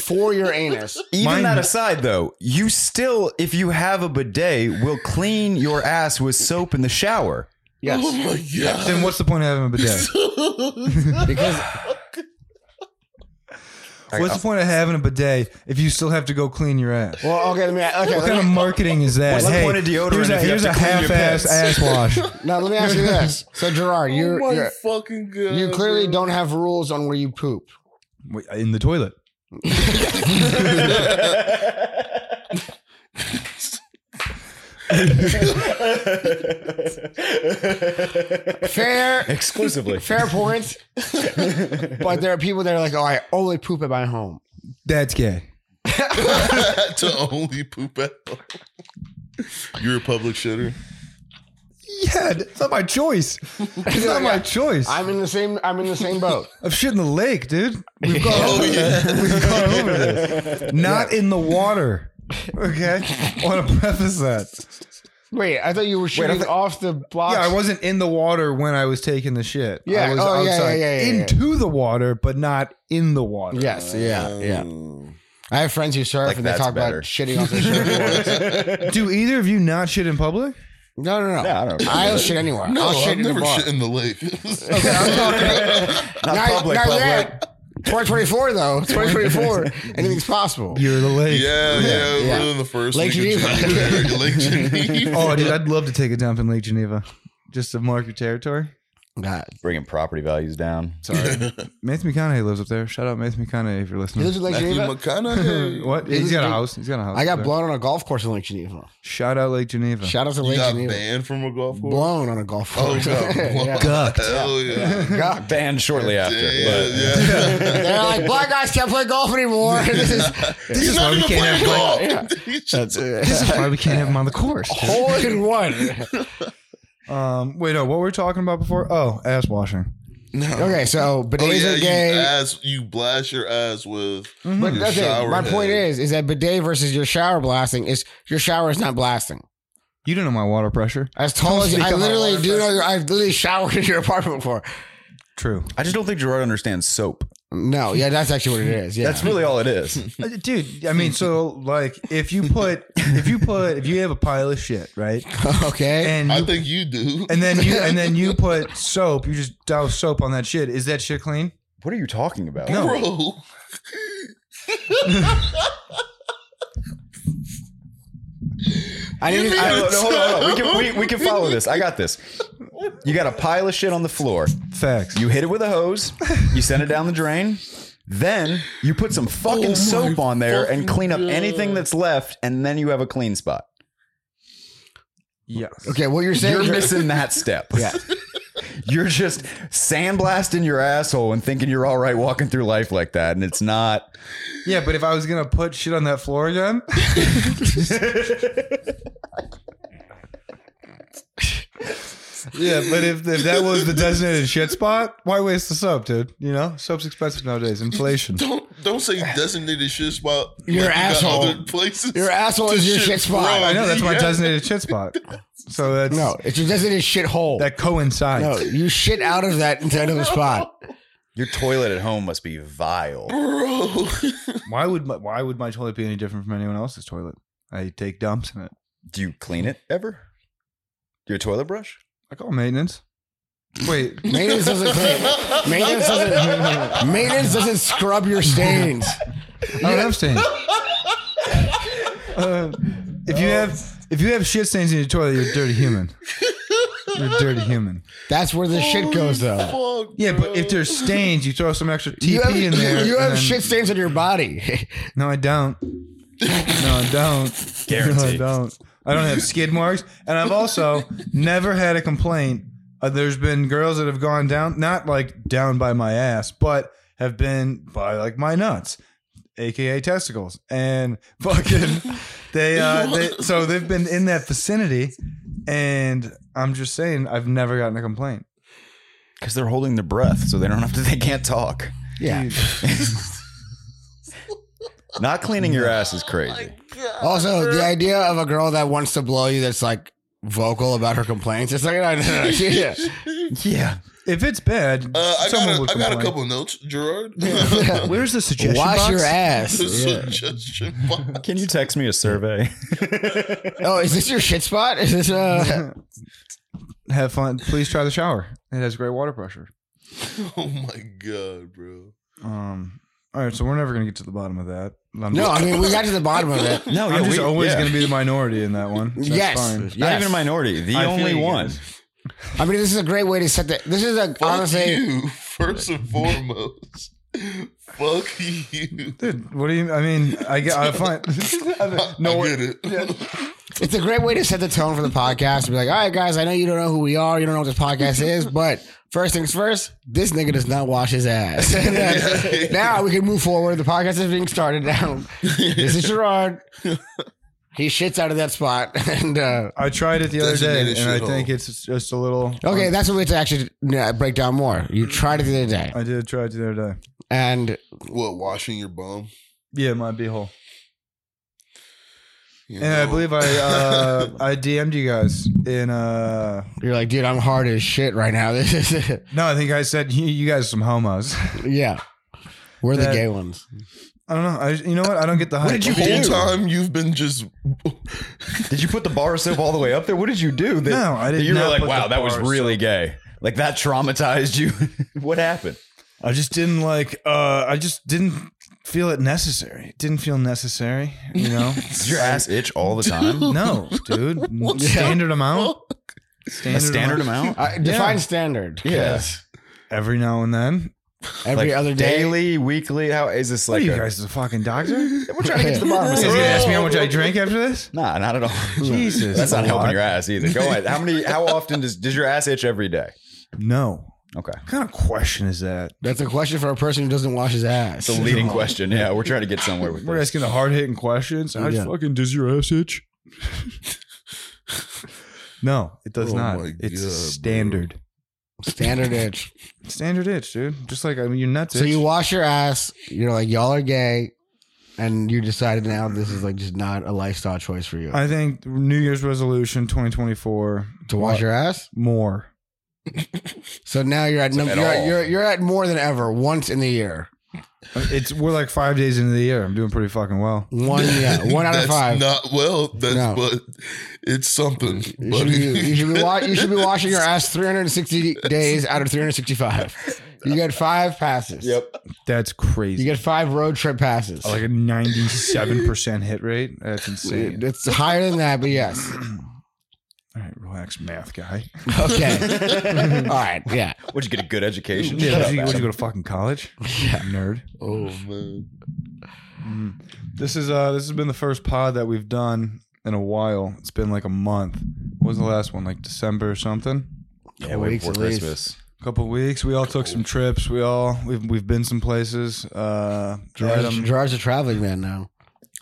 [SPEAKER 2] for your anus.
[SPEAKER 4] even
[SPEAKER 1] Mine-
[SPEAKER 4] that aside, though, you still, if you have a bidet, will clean your ass with soap in the shower.
[SPEAKER 3] Oh
[SPEAKER 2] Yes,
[SPEAKER 3] my god.
[SPEAKER 1] then what's the point of having a bidet?
[SPEAKER 4] <laughs>
[SPEAKER 2] because
[SPEAKER 1] What's the point of having a bidet if you still have to go clean your ass?
[SPEAKER 2] well, okay, let me okay.
[SPEAKER 1] What
[SPEAKER 2] let
[SPEAKER 1] kind
[SPEAKER 2] me-
[SPEAKER 1] of marketing is that?
[SPEAKER 4] What's the
[SPEAKER 1] hey,
[SPEAKER 4] point of deodorant
[SPEAKER 1] here's a,
[SPEAKER 4] if you
[SPEAKER 1] here's
[SPEAKER 4] have
[SPEAKER 1] a
[SPEAKER 4] to clean your
[SPEAKER 1] half-ass ass
[SPEAKER 4] pants?
[SPEAKER 1] wash.
[SPEAKER 2] Now let me ask you this. So Gerard, you're,
[SPEAKER 3] oh my
[SPEAKER 2] you're
[SPEAKER 3] fucking god.
[SPEAKER 2] you clearly
[SPEAKER 3] bro.
[SPEAKER 2] don't have rules on where you poop.
[SPEAKER 1] Wait,
[SPEAKER 4] <laughs>
[SPEAKER 1] in the toilet.
[SPEAKER 2] Fair
[SPEAKER 4] Exclusively.
[SPEAKER 2] fair points. <laughs> but there are people that are like, oh, I only poop at my home.
[SPEAKER 1] That's gay.
[SPEAKER 3] <laughs> to only poop out. You're a public shitter.
[SPEAKER 2] <laughs>
[SPEAKER 1] Yeah, it's not my choice. It's not my choice. I'm,
[SPEAKER 2] I'm in the same I'm in the same boat.
[SPEAKER 1] shitting the
[SPEAKER 2] <laughs>
[SPEAKER 3] Oh,
[SPEAKER 1] lake, dude. We've gone over this. We've gone over this. Not in the water. Okay,
[SPEAKER 2] <laughs>
[SPEAKER 1] I want to preface that.
[SPEAKER 2] Wait, I thought you were shooting
[SPEAKER 4] thought-
[SPEAKER 2] off the box.
[SPEAKER 1] Yeah, I wasn't in the water when I was taking the shit. I
[SPEAKER 2] Oh, Yeah,
[SPEAKER 1] was
[SPEAKER 2] oh, yeah, yeah, yeah, yeah, yeah.
[SPEAKER 1] into the water, but not in the water.
[SPEAKER 2] Yes, yeah, yeah.
[SPEAKER 3] Um,
[SPEAKER 2] I have friends who surf
[SPEAKER 4] Like,
[SPEAKER 2] and they
[SPEAKER 4] that's
[SPEAKER 2] talk
[SPEAKER 4] better.
[SPEAKER 2] about shitting off their
[SPEAKER 3] <laughs>
[SPEAKER 2] surfboards.
[SPEAKER 1] Do either of you not shit in public?
[SPEAKER 2] no, no, no.
[SPEAKER 4] Yeah, I don't know.
[SPEAKER 2] I'll shit anywhere.
[SPEAKER 3] No,
[SPEAKER 2] I'll shit
[SPEAKER 3] Oh, I've
[SPEAKER 2] in
[SPEAKER 3] never
[SPEAKER 2] the bar. <laughs>
[SPEAKER 3] shit in the lake. <laughs>
[SPEAKER 4] Not public, public.
[SPEAKER 2] yet. 2024 though.
[SPEAKER 3] <laughs>
[SPEAKER 2] 2024. Anything's possible.
[SPEAKER 1] You're the lake.
[SPEAKER 3] yeah, yeah,
[SPEAKER 2] yeah.
[SPEAKER 3] we're in the first
[SPEAKER 2] Lake
[SPEAKER 3] week of
[SPEAKER 2] Geneva. <laughs>
[SPEAKER 3] January. <laughs> Lake Geneva.
[SPEAKER 1] Oh, dude, I'd love to take a dump in Lake Geneva, just to mark your territory.
[SPEAKER 2] God.
[SPEAKER 4] <laughs> Bringing property values down.
[SPEAKER 2] <laughs>
[SPEAKER 1] Sorry, Matthew McConaughey lives up there. Shout out Matthew McConaughey if you're
[SPEAKER 2] You live
[SPEAKER 1] listening.
[SPEAKER 2] in Lake Geneva? <laughs>
[SPEAKER 3] Matthew McConaughey.
[SPEAKER 1] <laughs> what?
[SPEAKER 2] He
[SPEAKER 1] He's
[SPEAKER 2] lives
[SPEAKER 1] got a
[SPEAKER 2] in-
[SPEAKER 1] house. He's got a house.
[SPEAKER 2] I got
[SPEAKER 1] there.
[SPEAKER 2] blown on a golf course in Lake Geneva.
[SPEAKER 1] Shout <laughs> out Lake Geneva.
[SPEAKER 2] Shout out to
[SPEAKER 3] You
[SPEAKER 2] Lake
[SPEAKER 3] got
[SPEAKER 2] Geneva.
[SPEAKER 3] banned from a golf course?
[SPEAKER 2] Blown on a golf <laughs>
[SPEAKER 3] Oh,
[SPEAKER 2] course.
[SPEAKER 3] God.
[SPEAKER 2] Yeah.
[SPEAKER 3] Hell yeah.
[SPEAKER 2] God.
[SPEAKER 4] <laughs> Banned shortly after. but-
[SPEAKER 3] Yeah, yeah.
[SPEAKER 2] They're like, black guys can't play golf anymore. <laughs> This
[SPEAKER 3] <laughs>
[SPEAKER 2] is
[SPEAKER 3] He's not even playing <laughs> golf. He's just-
[SPEAKER 1] this is why we can't have him on <laughs> the course.
[SPEAKER 2] hole in one.
[SPEAKER 1] Um, wait, no, what were we talking about before? Oh, ass washing.
[SPEAKER 3] No.
[SPEAKER 2] Okay, so
[SPEAKER 3] Oh,
[SPEAKER 2] bidets
[SPEAKER 3] yeah,
[SPEAKER 2] are
[SPEAKER 3] you,
[SPEAKER 2] gay.
[SPEAKER 3] ass, you blast your ass with
[SPEAKER 2] Mm-hmm. But
[SPEAKER 3] your
[SPEAKER 2] that's it.
[SPEAKER 3] shower
[SPEAKER 2] My point
[SPEAKER 3] head.
[SPEAKER 2] is, is that bidet versus your shower blasting is your shower is not blasting.
[SPEAKER 1] You don't know my water pressure.
[SPEAKER 2] As
[SPEAKER 1] <laughs>
[SPEAKER 2] tall as you,
[SPEAKER 1] speak
[SPEAKER 2] I
[SPEAKER 1] on my
[SPEAKER 2] literally
[SPEAKER 1] water
[SPEAKER 2] do know. your- I've literally showered in your apartment before.
[SPEAKER 1] True.
[SPEAKER 4] I just don't think Gerard understands soap.
[SPEAKER 2] No, yeah, that's actually what it is. Yeah,
[SPEAKER 4] That's really all
[SPEAKER 1] <laughs>
[SPEAKER 4] it is.
[SPEAKER 1] Uh, dude i mean so like if you put if you put if you have a pile of shit <laughs> right
[SPEAKER 2] <laughs> okay.
[SPEAKER 1] and
[SPEAKER 3] I
[SPEAKER 1] you,
[SPEAKER 3] think you do.
[SPEAKER 1] and then <laughs> you and then you put soap you just douse soap on that shit is that shit clean
[SPEAKER 4] What are you talking about?
[SPEAKER 1] No.
[SPEAKER 3] <laughs> bro.
[SPEAKER 4] I need.
[SPEAKER 3] me
[SPEAKER 4] I,
[SPEAKER 3] the
[SPEAKER 4] no, hold on, hold on. We
[SPEAKER 3] soap.
[SPEAKER 4] can we, we
[SPEAKER 3] <laughs>
[SPEAKER 4] can follow this. I got this. You got a pile of shit on the floor.
[SPEAKER 1] facts
[SPEAKER 4] You hit it with a hose. You send it down the drain. Then you put some fucking
[SPEAKER 3] Oh my
[SPEAKER 4] soap on there and
[SPEAKER 3] fucking
[SPEAKER 4] clean up
[SPEAKER 3] God.
[SPEAKER 4] anything that's left, and then you have a clean spot.
[SPEAKER 1] yes
[SPEAKER 2] Okay, what you're saying?
[SPEAKER 4] You're missing that step.
[SPEAKER 2] Yeah.
[SPEAKER 4] You're just sandblasting your asshole and thinking you're all right walking through life like that, and it's not.
[SPEAKER 1] yeah but if i was gonna put shit on that floor again <laughs> yeah but if, if that was the designated shit spot why waste the soap dude you know soap's expensive nowadays inflation
[SPEAKER 3] Don't don't say designated shit spot.
[SPEAKER 2] You're
[SPEAKER 3] like you got
[SPEAKER 2] asshole.
[SPEAKER 3] Other places.
[SPEAKER 2] Your asshole
[SPEAKER 3] to
[SPEAKER 2] is your shit spot.
[SPEAKER 3] from.
[SPEAKER 1] i know that's my
[SPEAKER 3] Yeah.
[SPEAKER 1] designated shit spot so that's
[SPEAKER 2] no, it's your designated shit hole.
[SPEAKER 1] that coincides
[SPEAKER 2] No, you shit out of that into another spot.
[SPEAKER 4] Your toilet at home must be vile.
[SPEAKER 3] Bro, <laughs>
[SPEAKER 1] Why would my, why would my toilet be any different from anyone else's toilet? I take dumps in it.
[SPEAKER 4] Do you clean it ever? Your toilet brush?
[SPEAKER 1] I call maintenance. Wait,
[SPEAKER 2] Maintenance doesn't clean. Maintenance doesn't. <laughs> Maintenance doesn't scrub your stains.
[SPEAKER 1] I
[SPEAKER 2] Oh,
[SPEAKER 1] don't have stains. <laughs> Uh, if you have if you have shit stains in your toilet, you're a dirty human. You're a dirty human.
[SPEAKER 2] That's where the shit goes though.
[SPEAKER 3] Fuck,
[SPEAKER 1] Yeah,
[SPEAKER 3] bro.
[SPEAKER 1] but if there's stains, you throw some extra TP
[SPEAKER 2] You have,
[SPEAKER 1] in there.
[SPEAKER 2] <laughs> you have
[SPEAKER 1] and then-
[SPEAKER 2] shit stains on your body. <laughs>
[SPEAKER 1] No, I don't. No, I don't. <laughs> No, I
[SPEAKER 4] Guaranteed.
[SPEAKER 1] don't. I don't have skid marks, and I've also never had a complaint. Uh, there's been girls that have gone down, not like down by my ass, but have been by like my nuts, aka testicles, and <laughs> fucking they. Uh, they so they've been in that vicinity, and I'm just saying, I've never gotten a complaint.
[SPEAKER 4] Because they're holding their breath, so they don't have to. They can't talk.
[SPEAKER 2] Yeah.
[SPEAKER 4] Not cleaning your ass is crazy.
[SPEAKER 2] Also, the idea of a girl that wants to blow you that's like vocal about her complaints. It's like no, no, no, no. Yeah.
[SPEAKER 4] Yeah.
[SPEAKER 1] If it's bad,
[SPEAKER 3] Uh, I
[SPEAKER 1] someone
[SPEAKER 3] got
[SPEAKER 1] would
[SPEAKER 3] a, I got a
[SPEAKER 1] complain.
[SPEAKER 3] couple notes, Gerard. <laughs>
[SPEAKER 1] <laughs> Where's the suggestion
[SPEAKER 2] Wash
[SPEAKER 1] box?
[SPEAKER 2] your ass. Yeah.
[SPEAKER 3] Suggestion <laughs> box.
[SPEAKER 4] Can you text me a survey?
[SPEAKER 2] Oh, is this your shit spot? Is this uh
[SPEAKER 1] have fun. Please try the shower. It has great water pressure.
[SPEAKER 3] Oh my god, bro.
[SPEAKER 1] Um, all right, so we're never gonna get to the bottom of that. I'm
[SPEAKER 2] No,
[SPEAKER 1] just,
[SPEAKER 2] I mean we got to the bottom of it.
[SPEAKER 4] No,
[SPEAKER 1] I'm just always
[SPEAKER 4] yeah.
[SPEAKER 1] gonna be the minority in that one. That's
[SPEAKER 2] yes.
[SPEAKER 1] fine.
[SPEAKER 2] yes.
[SPEAKER 4] Not even a minority. The
[SPEAKER 1] I feel
[SPEAKER 4] only
[SPEAKER 1] you
[SPEAKER 4] one.
[SPEAKER 1] guys.
[SPEAKER 2] I mean, this is a great way to set the. This is a
[SPEAKER 3] Fuck
[SPEAKER 2] honestly.
[SPEAKER 3] you, first and foremost. <laughs> Fuck you.
[SPEAKER 1] Dude, what do you? I mean, I get. I find.
[SPEAKER 3] No,
[SPEAKER 1] no,
[SPEAKER 3] I get
[SPEAKER 1] <laughs>
[SPEAKER 3] it.
[SPEAKER 2] It's a great way to set the tone for the podcast. To be like, all right, guys, I know you don't know who we are. You don't know what this podcast
[SPEAKER 4] <laughs>
[SPEAKER 2] is, but first things first, this nigga does not wash his ass. <laughs> And
[SPEAKER 4] <laughs>
[SPEAKER 2] then, now we can move forward. The podcast is being started now. This is Gerard. He shits out of that spot. <laughs> And uh,
[SPEAKER 1] I tried it the other day,
[SPEAKER 3] Designated
[SPEAKER 1] and I
[SPEAKER 3] shithole.
[SPEAKER 1] think it's just a little. um,
[SPEAKER 2] okay, that's what we have to actually uh, break down more. You tried it the other day.
[SPEAKER 1] I did try it the other day.
[SPEAKER 2] And
[SPEAKER 3] What, washing your bum?
[SPEAKER 1] Yeah, my beehole.
[SPEAKER 3] you
[SPEAKER 1] And I
[SPEAKER 3] know?
[SPEAKER 1] believe I uh, I DM'd you guys in uh
[SPEAKER 2] You're like, dude, I'm hard as shit right now. <laughs> This is it.
[SPEAKER 1] no I think I said you, you guys are some homos <laughs>
[SPEAKER 2] Yeah. We're the
[SPEAKER 1] That-
[SPEAKER 2] gay ones.
[SPEAKER 1] I don't know I, you know what I don't get the hype.
[SPEAKER 4] did
[SPEAKER 3] the
[SPEAKER 4] you
[SPEAKER 3] whole
[SPEAKER 4] do?
[SPEAKER 3] time you've been just
[SPEAKER 4] Did you put the bar of soap all the way up there? What did you do? That,
[SPEAKER 1] No, I did
[SPEAKER 4] that You were
[SPEAKER 1] not
[SPEAKER 4] like,
[SPEAKER 1] put
[SPEAKER 4] wow,
[SPEAKER 1] the
[SPEAKER 4] that was
[SPEAKER 1] bar of
[SPEAKER 4] really gay. Like that traumatized you. <laughs> what happened?
[SPEAKER 1] I just didn't like uh I just didn't feel it necessary it didn't feel necessary you know
[SPEAKER 4] Does your ass itch all
[SPEAKER 1] <laughs>
[SPEAKER 4] the time?
[SPEAKER 1] no dude standard amount
[SPEAKER 4] A standard amount?
[SPEAKER 2] I, define standard.
[SPEAKER 4] Yeah.
[SPEAKER 1] every now and then
[SPEAKER 2] Every
[SPEAKER 4] Like,
[SPEAKER 2] other day.
[SPEAKER 4] daily, weekly. How is this
[SPEAKER 1] what
[SPEAKER 4] like?
[SPEAKER 1] are you
[SPEAKER 4] a-
[SPEAKER 1] guys a fucking doctor
[SPEAKER 4] We're trying to get to the <laughs> bottom of
[SPEAKER 1] Is he
[SPEAKER 4] this.
[SPEAKER 1] gonna ask me how much I drink after this
[SPEAKER 4] Nah, not at all.
[SPEAKER 1] Jesus
[SPEAKER 4] That's not
[SPEAKER 1] a
[SPEAKER 4] helping
[SPEAKER 1] lot.
[SPEAKER 4] your ass either. Go ahead. How many? How often does does your ass itch every day?
[SPEAKER 1] no
[SPEAKER 4] Okay,
[SPEAKER 1] what kind of question is that
[SPEAKER 2] That's a question for a person who doesn't wash his ass.
[SPEAKER 4] it's a leading question. Yeah, we're trying to get somewhere with
[SPEAKER 1] We're
[SPEAKER 4] this.
[SPEAKER 1] asking the hard hitting questions. How
[SPEAKER 2] Yeah.
[SPEAKER 1] fucking does your ass itch? <laughs> no, it does
[SPEAKER 3] Oh
[SPEAKER 1] not.
[SPEAKER 3] my
[SPEAKER 1] It's
[SPEAKER 3] God,
[SPEAKER 1] standard.
[SPEAKER 2] standard itch.
[SPEAKER 1] Standard itch, dude. Just like I mean, your nuts.
[SPEAKER 2] So you
[SPEAKER 1] itch.
[SPEAKER 2] wash your ass. You're like, y'all are gay. And you decided now this is like just not a lifestyle choice for you.
[SPEAKER 1] I think New Year's resolution 2024
[SPEAKER 2] to wash your ass?
[SPEAKER 1] more.
[SPEAKER 2] So now you're at, num-
[SPEAKER 4] at
[SPEAKER 2] you're,
[SPEAKER 4] all.
[SPEAKER 2] at you're, you're at more than ever once in the year.
[SPEAKER 1] It's we're like five days into the year. I'm doing pretty fucking well.
[SPEAKER 3] <laughs>
[SPEAKER 2] One Oh, yeah, one out of
[SPEAKER 3] That's
[SPEAKER 2] five.
[SPEAKER 3] Not well. That's
[SPEAKER 2] No.
[SPEAKER 3] but it's something.
[SPEAKER 2] You should, be,
[SPEAKER 3] buddy.
[SPEAKER 2] you,
[SPEAKER 3] <laughs>
[SPEAKER 2] should be wa- you should be washing your ass 360 days out of 365. You get five passes.
[SPEAKER 4] Yep.
[SPEAKER 1] That's
[SPEAKER 2] You
[SPEAKER 1] crazy.
[SPEAKER 2] get five road trip passes.
[SPEAKER 1] like a 97 percent hit rate. That's insane.
[SPEAKER 2] It's higher than that, but yes.
[SPEAKER 1] All right, relax, math guy.
[SPEAKER 2] Okay. <laughs> All right. Yeah.
[SPEAKER 4] Would you get a good education?
[SPEAKER 1] Yeah,
[SPEAKER 4] Shut
[SPEAKER 1] would
[SPEAKER 4] up,
[SPEAKER 1] you, would you
[SPEAKER 4] Adam.
[SPEAKER 1] go to fucking college? Nerd.
[SPEAKER 3] oh man.
[SPEAKER 1] Mm. This is uh this has been the first pod that we've done in a while. It's been like a month. What was the last one? Like December or something?
[SPEAKER 4] Yeah, way
[SPEAKER 2] Weeks
[SPEAKER 4] before
[SPEAKER 2] at least.
[SPEAKER 4] Christmas.
[SPEAKER 1] A couple weeks. We all took some trips. We all we've we've been some places. Uh
[SPEAKER 2] Gerard's,
[SPEAKER 1] Adam-
[SPEAKER 2] Gerard's a traveling man now.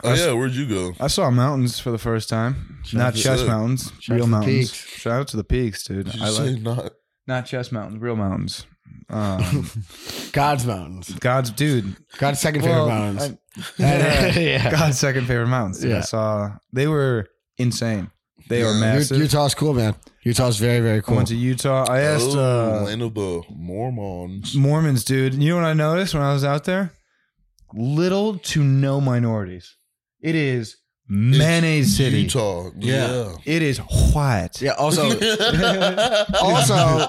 [SPEAKER 3] Oh yeah, where'd you go?
[SPEAKER 1] I saw mountains for the first time. not
[SPEAKER 2] to-
[SPEAKER 1] chess mountains,
[SPEAKER 2] out to
[SPEAKER 1] real
[SPEAKER 2] the
[SPEAKER 1] mountains.
[SPEAKER 2] peaks.
[SPEAKER 1] Shout out to the peaks, dude.
[SPEAKER 3] Did you
[SPEAKER 1] I
[SPEAKER 3] say
[SPEAKER 1] like
[SPEAKER 3] not?
[SPEAKER 1] not chess mountains, real mountains.
[SPEAKER 2] <laughs>
[SPEAKER 1] Um,
[SPEAKER 2] God's mountains.
[SPEAKER 1] God's dude.
[SPEAKER 2] God's second
[SPEAKER 1] Well,
[SPEAKER 2] favorite mountains.
[SPEAKER 1] I- Yeah.
[SPEAKER 2] <laughs> yeah.
[SPEAKER 1] God's second favorite mountains. Dude. I
[SPEAKER 2] Yeah.
[SPEAKER 1] saw they were insane. They were
[SPEAKER 3] Yeah.
[SPEAKER 1] massive.
[SPEAKER 2] U- Utah's cool, man. Utah's very, very
[SPEAKER 1] I
[SPEAKER 2] cool.
[SPEAKER 1] went to Utah. I asked
[SPEAKER 3] oh,
[SPEAKER 1] uh,
[SPEAKER 3] land of the Mormons.
[SPEAKER 1] Mormons, dude. You know what I noticed when I was out there? Little to no minorities. It is mayonnaise city.
[SPEAKER 3] Utah.
[SPEAKER 1] Yeah.
[SPEAKER 3] Yeah.
[SPEAKER 1] It is white.
[SPEAKER 2] Yeah. Also, also,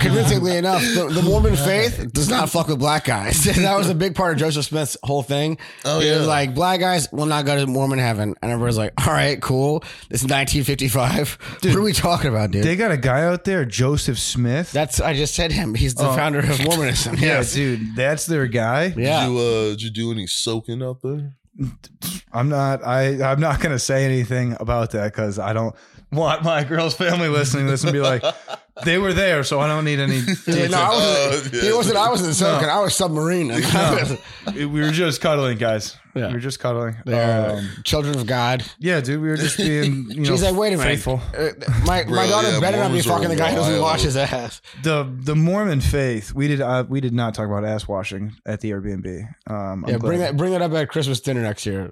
[SPEAKER 2] convincingly enough, the, the Mormon faith does not fuck with black guys. <laughs> that was a big part of Joseph Smith's whole thing.
[SPEAKER 3] Oh,
[SPEAKER 2] He was
[SPEAKER 3] yeah.
[SPEAKER 2] like black guys will not go to Mormon heaven, and everybody's like, "All right, cool. This is 1955. what are we talking about, dude?
[SPEAKER 1] <laughs> They got a guy out there, Joseph Smith.
[SPEAKER 2] That's I just said him. He's the
[SPEAKER 1] Oh.
[SPEAKER 2] founder of Mormonism.
[SPEAKER 1] yeah,
[SPEAKER 2] Yes.
[SPEAKER 1] dude. That's their guy.
[SPEAKER 2] Yeah.
[SPEAKER 3] Did you, uh, did you do any soaking out there?
[SPEAKER 1] I'm not I I'm not gonna say anything about that because I don't want my girl's family listening to this and be like, <laughs> they were there, so I don't need any
[SPEAKER 2] Yeah, no, I wasn't.
[SPEAKER 3] Uh,
[SPEAKER 2] He
[SPEAKER 3] yeah.
[SPEAKER 2] wasn't. I wasn't soaking. <laughs> I was submarine.
[SPEAKER 1] we were just cuddling, guys.
[SPEAKER 2] Yeah.
[SPEAKER 1] We were just cuddling.
[SPEAKER 2] They're
[SPEAKER 1] Um,
[SPEAKER 2] children of God.
[SPEAKER 1] yeah, dude, we were just being you know
[SPEAKER 2] <laughs> She's like, wait a minute.
[SPEAKER 1] faithful.
[SPEAKER 2] Uh, my my
[SPEAKER 3] Bro,
[SPEAKER 2] daughter
[SPEAKER 3] yeah,
[SPEAKER 2] better not be
[SPEAKER 3] Mormons are
[SPEAKER 2] fucking the guy who doesn't
[SPEAKER 3] wild.
[SPEAKER 2] wash his ass.
[SPEAKER 1] The the Mormon faith. We did uh, we did not talk about ass washing at the Airbnb. Um, I'm
[SPEAKER 2] Yeah,
[SPEAKER 1] glad-
[SPEAKER 2] bring that bring that up at Christmas dinner next year.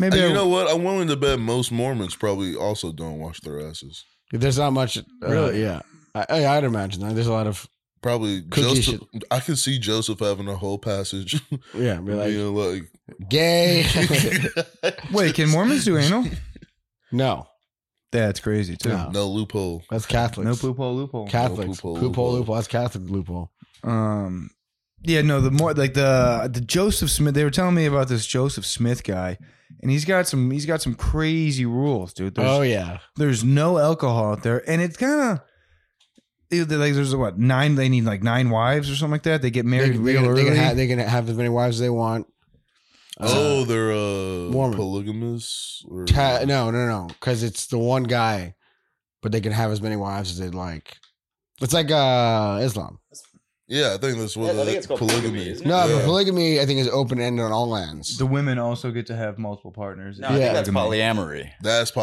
[SPEAKER 1] Maybe
[SPEAKER 3] And
[SPEAKER 1] I-
[SPEAKER 3] Uh, you know what? I'm willing to bet most Mormons probably also don't wash their asses.
[SPEAKER 2] There's not much. uh,
[SPEAKER 1] Really?
[SPEAKER 2] Yeah. I, I- I'd imagine that. There's a lot of
[SPEAKER 3] Probably
[SPEAKER 2] Cookie
[SPEAKER 3] Joseph. I could see Joseph having a whole passage. <laughs>
[SPEAKER 2] yeah, be like
[SPEAKER 3] being like,
[SPEAKER 2] gay.
[SPEAKER 3] <laughs>
[SPEAKER 2] <laughs>
[SPEAKER 1] wait, can Mormons do anal?
[SPEAKER 2] no,
[SPEAKER 1] That's crazy too.
[SPEAKER 2] No.
[SPEAKER 3] no loophole.
[SPEAKER 2] that's Catholics.
[SPEAKER 1] No loophole, loophole.
[SPEAKER 2] Catholics.
[SPEAKER 3] No
[SPEAKER 2] Loophole,
[SPEAKER 3] loophole,
[SPEAKER 2] loophole,
[SPEAKER 3] loophole.
[SPEAKER 2] That's Catholic loophole.
[SPEAKER 1] Um, yeah, no, the more like the the Joseph Smith. They were telling me about this Joseph Smith guy, and he's got some he's got some crazy rules, dude. There's,
[SPEAKER 2] Oh yeah.
[SPEAKER 1] there's no alcohol out there, and it's kind of. Like there's what nine? They need like nine wives or something like that. They get
[SPEAKER 2] They,
[SPEAKER 1] married
[SPEAKER 2] they,
[SPEAKER 1] real
[SPEAKER 2] can,
[SPEAKER 1] early.
[SPEAKER 2] they, can have, they can have as many wives as they want. Uh-huh.
[SPEAKER 3] oh, they're uh,
[SPEAKER 2] Mormon.
[SPEAKER 3] polygamous. Or,
[SPEAKER 2] Ta- no, no, no, because it's the one guy, but they can have as many wives as they'd like. It's like uh Islam.
[SPEAKER 3] Yeah, I think that's what
[SPEAKER 5] Yeah, I think
[SPEAKER 3] it-
[SPEAKER 5] it's called
[SPEAKER 3] polygamy.
[SPEAKER 5] polygamy, isn't it?
[SPEAKER 2] No, but
[SPEAKER 3] Yeah.
[SPEAKER 2] polygamy, I think, is open ended on all lands.
[SPEAKER 1] The women also get to have multiple partners.
[SPEAKER 5] No, I think
[SPEAKER 2] Yeah.
[SPEAKER 5] that's probably
[SPEAKER 4] polyamory.
[SPEAKER 3] That's
[SPEAKER 2] Oh.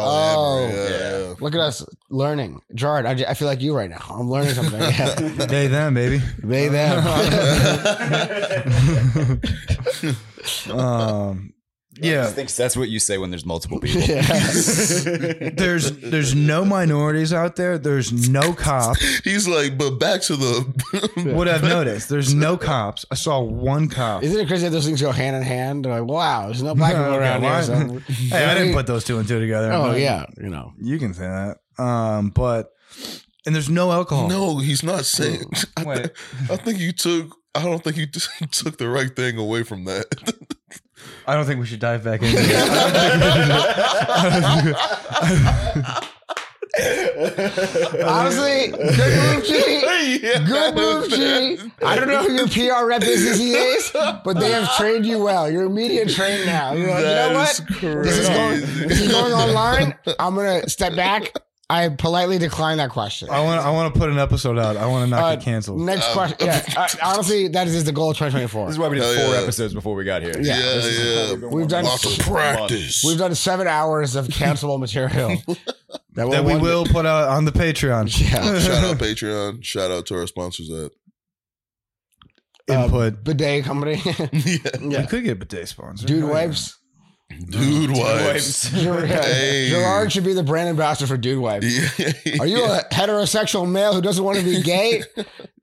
[SPEAKER 3] polyamory. yeah, yeah.
[SPEAKER 2] Look at us learning, Gerard. I, I feel like you right now. I'm
[SPEAKER 1] <laughs>
[SPEAKER 2] learning something. <laughs> Yeah.
[SPEAKER 1] They them, baby.
[SPEAKER 2] they <laughs> them.
[SPEAKER 1] <laughs> um,
[SPEAKER 4] Just thinks that's what you say when there's multiple people. <laughs>
[SPEAKER 1] There's there's no minorities out there. There's no cops.
[SPEAKER 3] He's like, but back to the.
[SPEAKER 1] <laughs> What I've noticed, there's no cops. I saw one cop.
[SPEAKER 2] Isn't it crazy that those things go hand in hand? They're like, wow, there's no black
[SPEAKER 1] Okay, <laughs>
[SPEAKER 2] people around
[SPEAKER 1] why-
[SPEAKER 2] here. So.
[SPEAKER 1] hey, I didn't put those two and two together.
[SPEAKER 2] Oh
[SPEAKER 1] but
[SPEAKER 2] yeah,
[SPEAKER 1] <laughs>
[SPEAKER 2] you know.
[SPEAKER 1] you can say that. Um, but and there's no alcohol.
[SPEAKER 3] no, he's not saying. <laughs> I, thi-
[SPEAKER 1] Wait.
[SPEAKER 3] I think you took. I don't think you t- <laughs> took the right thing away from that. <laughs>
[SPEAKER 1] I don't think we should dive back into it. <laughs>
[SPEAKER 2] Honestly, good move, G. Good move, G. I don't know who your PR rep is, is he is, but they have trained you well. You're media trained now. You're like, you know what? This is, going, this is going online. I'm gonna step back. I politely decline that question.
[SPEAKER 1] <laughs> I want I want to put an episode out. I want to not
[SPEAKER 2] Uh,
[SPEAKER 1] get canceled.
[SPEAKER 2] Next question. Yeah, uh, honestly, that is the goal of 2024.
[SPEAKER 4] This is why we did
[SPEAKER 3] Hell
[SPEAKER 4] four
[SPEAKER 3] yeah.
[SPEAKER 4] episodes before we got here.
[SPEAKER 3] Yeah,
[SPEAKER 2] Yeah,
[SPEAKER 4] This is
[SPEAKER 3] yeah.
[SPEAKER 4] what been
[SPEAKER 2] We've
[SPEAKER 4] wanting
[SPEAKER 2] done
[SPEAKER 4] to
[SPEAKER 3] Lots
[SPEAKER 4] do
[SPEAKER 3] of
[SPEAKER 4] for <laughs>
[SPEAKER 3] practice.
[SPEAKER 2] We've done seven hours of cancelable material will
[SPEAKER 1] That we
[SPEAKER 2] one-
[SPEAKER 1] will put out on the Patreon
[SPEAKER 2] Yeah,
[SPEAKER 3] <laughs> Shout out Patreon. Shout out to our sponsors at. <laughs>
[SPEAKER 1] input.
[SPEAKER 2] bidet company,
[SPEAKER 3] Yeah.
[SPEAKER 1] We could get bidet sponsor.
[SPEAKER 2] dude
[SPEAKER 1] Hell yeah. <laughs>
[SPEAKER 2] wipes.
[SPEAKER 3] Dude wipes. <laughs>
[SPEAKER 4] months.
[SPEAKER 3] Hey.
[SPEAKER 2] Gerard should be the brand ambassador for dude wipes. <laughs> Are you a heterosexual male who doesn't want to be gay?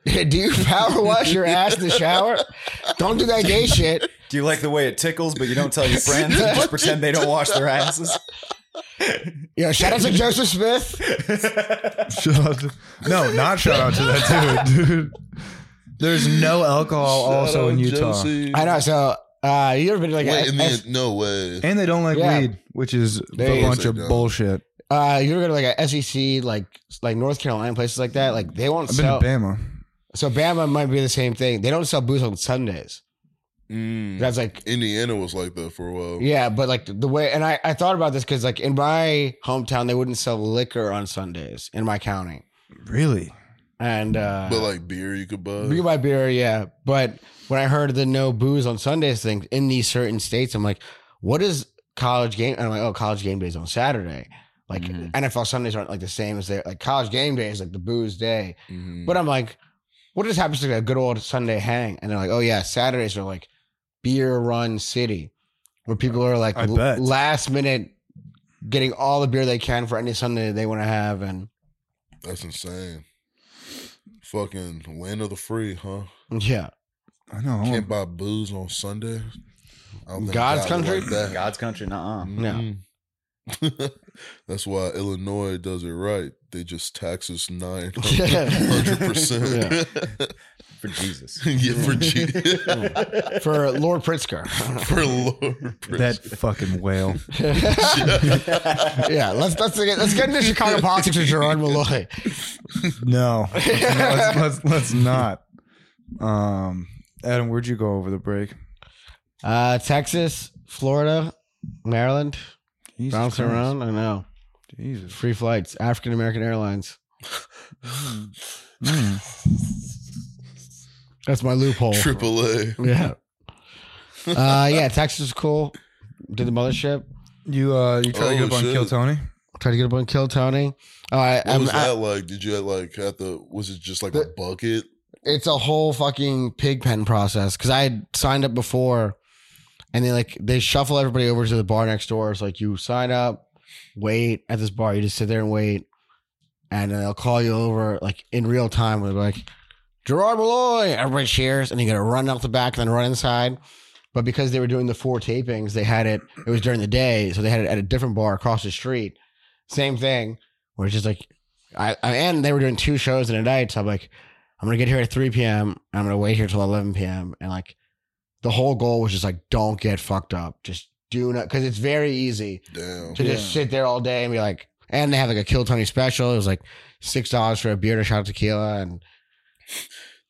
[SPEAKER 2] <laughs> do you power wash your ass in the shower? Don't do that gay shit.
[SPEAKER 4] Do you like the way it tickles, but you don't tell your friends? and just pretend they don't wash their asses.
[SPEAKER 2] You know,
[SPEAKER 1] <laughs>
[SPEAKER 2] shout out to Joseph Smith.
[SPEAKER 1] Shout out to- no, not shout out to that dude. <laughs> Dude, there's no alcohol also in Utah,
[SPEAKER 2] I know. So, uh, you ever been to like
[SPEAKER 3] Wait,
[SPEAKER 2] a,
[SPEAKER 3] in the, no way.
[SPEAKER 1] and they don't like
[SPEAKER 2] Yeah.
[SPEAKER 1] weed, which is
[SPEAKER 2] They-
[SPEAKER 1] a bunch
[SPEAKER 3] They
[SPEAKER 1] of
[SPEAKER 3] don't.
[SPEAKER 1] bullshit.
[SPEAKER 2] uh, you ever go to like a SEC, like like North Carolina places like that? Like they won't
[SPEAKER 1] I've been
[SPEAKER 2] sell.
[SPEAKER 1] to Bama.
[SPEAKER 2] so Bama might be the same thing. They don't sell booze on Sundays.
[SPEAKER 1] Mm.
[SPEAKER 2] That's like
[SPEAKER 3] Indiana was like that for a while.
[SPEAKER 2] Yeah, but like the way, and I, I thought about this because like in my hometown they wouldn't sell liquor on Sundays in my county,
[SPEAKER 1] Really?
[SPEAKER 2] and uh,
[SPEAKER 3] But like beer you could buy.
[SPEAKER 2] we could buy beer, yeah. But when I heard the no booze on Sundays thing in these certain states, I'm like, what is college game? And I'm like, oh, college game days on Saturday. Like
[SPEAKER 1] Mm-hmm.
[SPEAKER 4] Mhm.
[SPEAKER 2] NFL Sundays aren't like the same as their like college game day is like the booze day.
[SPEAKER 1] Mm-hmm.
[SPEAKER 3] Mhm.
[SPEAKER 2] But I'm like, what just happens to like a good old Sunday hang? And they're like, oh yeah, Saturdays are like beer run city, where people are like
[SPEAKER 1] I bet.
[SPEAKER 2] last minute getting all the beer they can for any Sunday they want to have. And
[SPEAKER 3] That's insane. Fucking land of the free, huh?
[SPEAKER 2] yeah,
[SPEAKER 1] I know.
[SPEAKER 2] Oh.
[SPEAKER 1] I want-
[SPEAKER 3] Can't buy booze on Sunday. I don't think
[SPEAKER 2] God's
[SPEAKER 3] God would
[SPEAKER 2] country?
[SPEAKER 3] like that.
[SPEAKER 4] God's country, nah.
[SPEAKER 2] No.
[SPEAKER 3] Mhm. <laughs> That's why Illinois does it right. They just tax us nine
[SPEAKER 2] <laughs> Yeah.
[SPEAKER 3] hundred percent.
[SPEAKER 4] For
[SPEAKER 3] <laughs>
[SPEAKER 4] Jesus.
[SPEAKER 3] Yeah,
[SPEAKER 2] <laughs>
[SPEAKER 3] for G-
[SPEAKER 2] for Lord Pritzker.
[SPEAKER 3] for Lord.
[SPEAKER 1] That fucking whale.
[SPEAKER 2] <laughs> yeah, let's let's get let's get into <laughs> Chicago politics with Gerard Malloy.
[SPEAKER 1] <laughs> No, let's, let's let's not. Um, Adam, where'd you go over the break?
[SPEAKER 2] Uh, Texas, Florida, Maryland,
[SPEAKER 1] Jesus
[SPEAKER 2] bouncing
[SPEAKER 1] Christ.
[SPEAKER 2] around. I know
[SPEAKER 1] Jesus.
[SPEAKER 2] free flights, African American Airlines.
[SPEAKER 1] Mm.
[SPEAKER 2] That's my loophole.
[SPEAKER 3] Triple A.
[SPEAKER 2] <laughs> Yeah. uh, yeah, Texas is cool. Did the mothership.
[SPEAKER 1] You uh, you try to get
[SPEAKER 3] Oh,
[SPEAKER 1] up on
[SPEAKER 3] shit.
[SPEAKER 1] Kill Tony?
[SPEAKER 2] Tried to get up on Kill Tony. Uh, I,
[SPEAKER 3] What was
[SPEAKER 2] I'm- I-
[SPEAKER 3] that like? Did you like have to? Was it just like a
[SPEAKER 2] The-
[SPEAKER 3] bucket?
[SPEAKER 2] it's a whole fucking pig pen process because I had signed up before and they like they shuffle everybody over to the bar next door. It's like you sign up, wait at this bar. You just sit there and wait. And then they'll call you over like in real time. They're like, Gerard Malloy. Everybody cheers. And you got to run out the back and then run inside. But because they were doing the four tapings, they had it, it was during the day. So they had it at a different bar across the street. Same thing. Where it's just like, I, I and they were doing two shows in a night. So I'm like, I'm gonna get here at 3 p.m. and I'm gonna wait here till 11 p.m. And like, the whole goal was just like, don't get fucked up. Just do not, because it's very easy
[SPEAKER 3] Damn.
[SPEAKER 2] to just sit there all day and be like, and they have like a Kill Tony special. It was like six dollars for a beer and a shot of tequila, and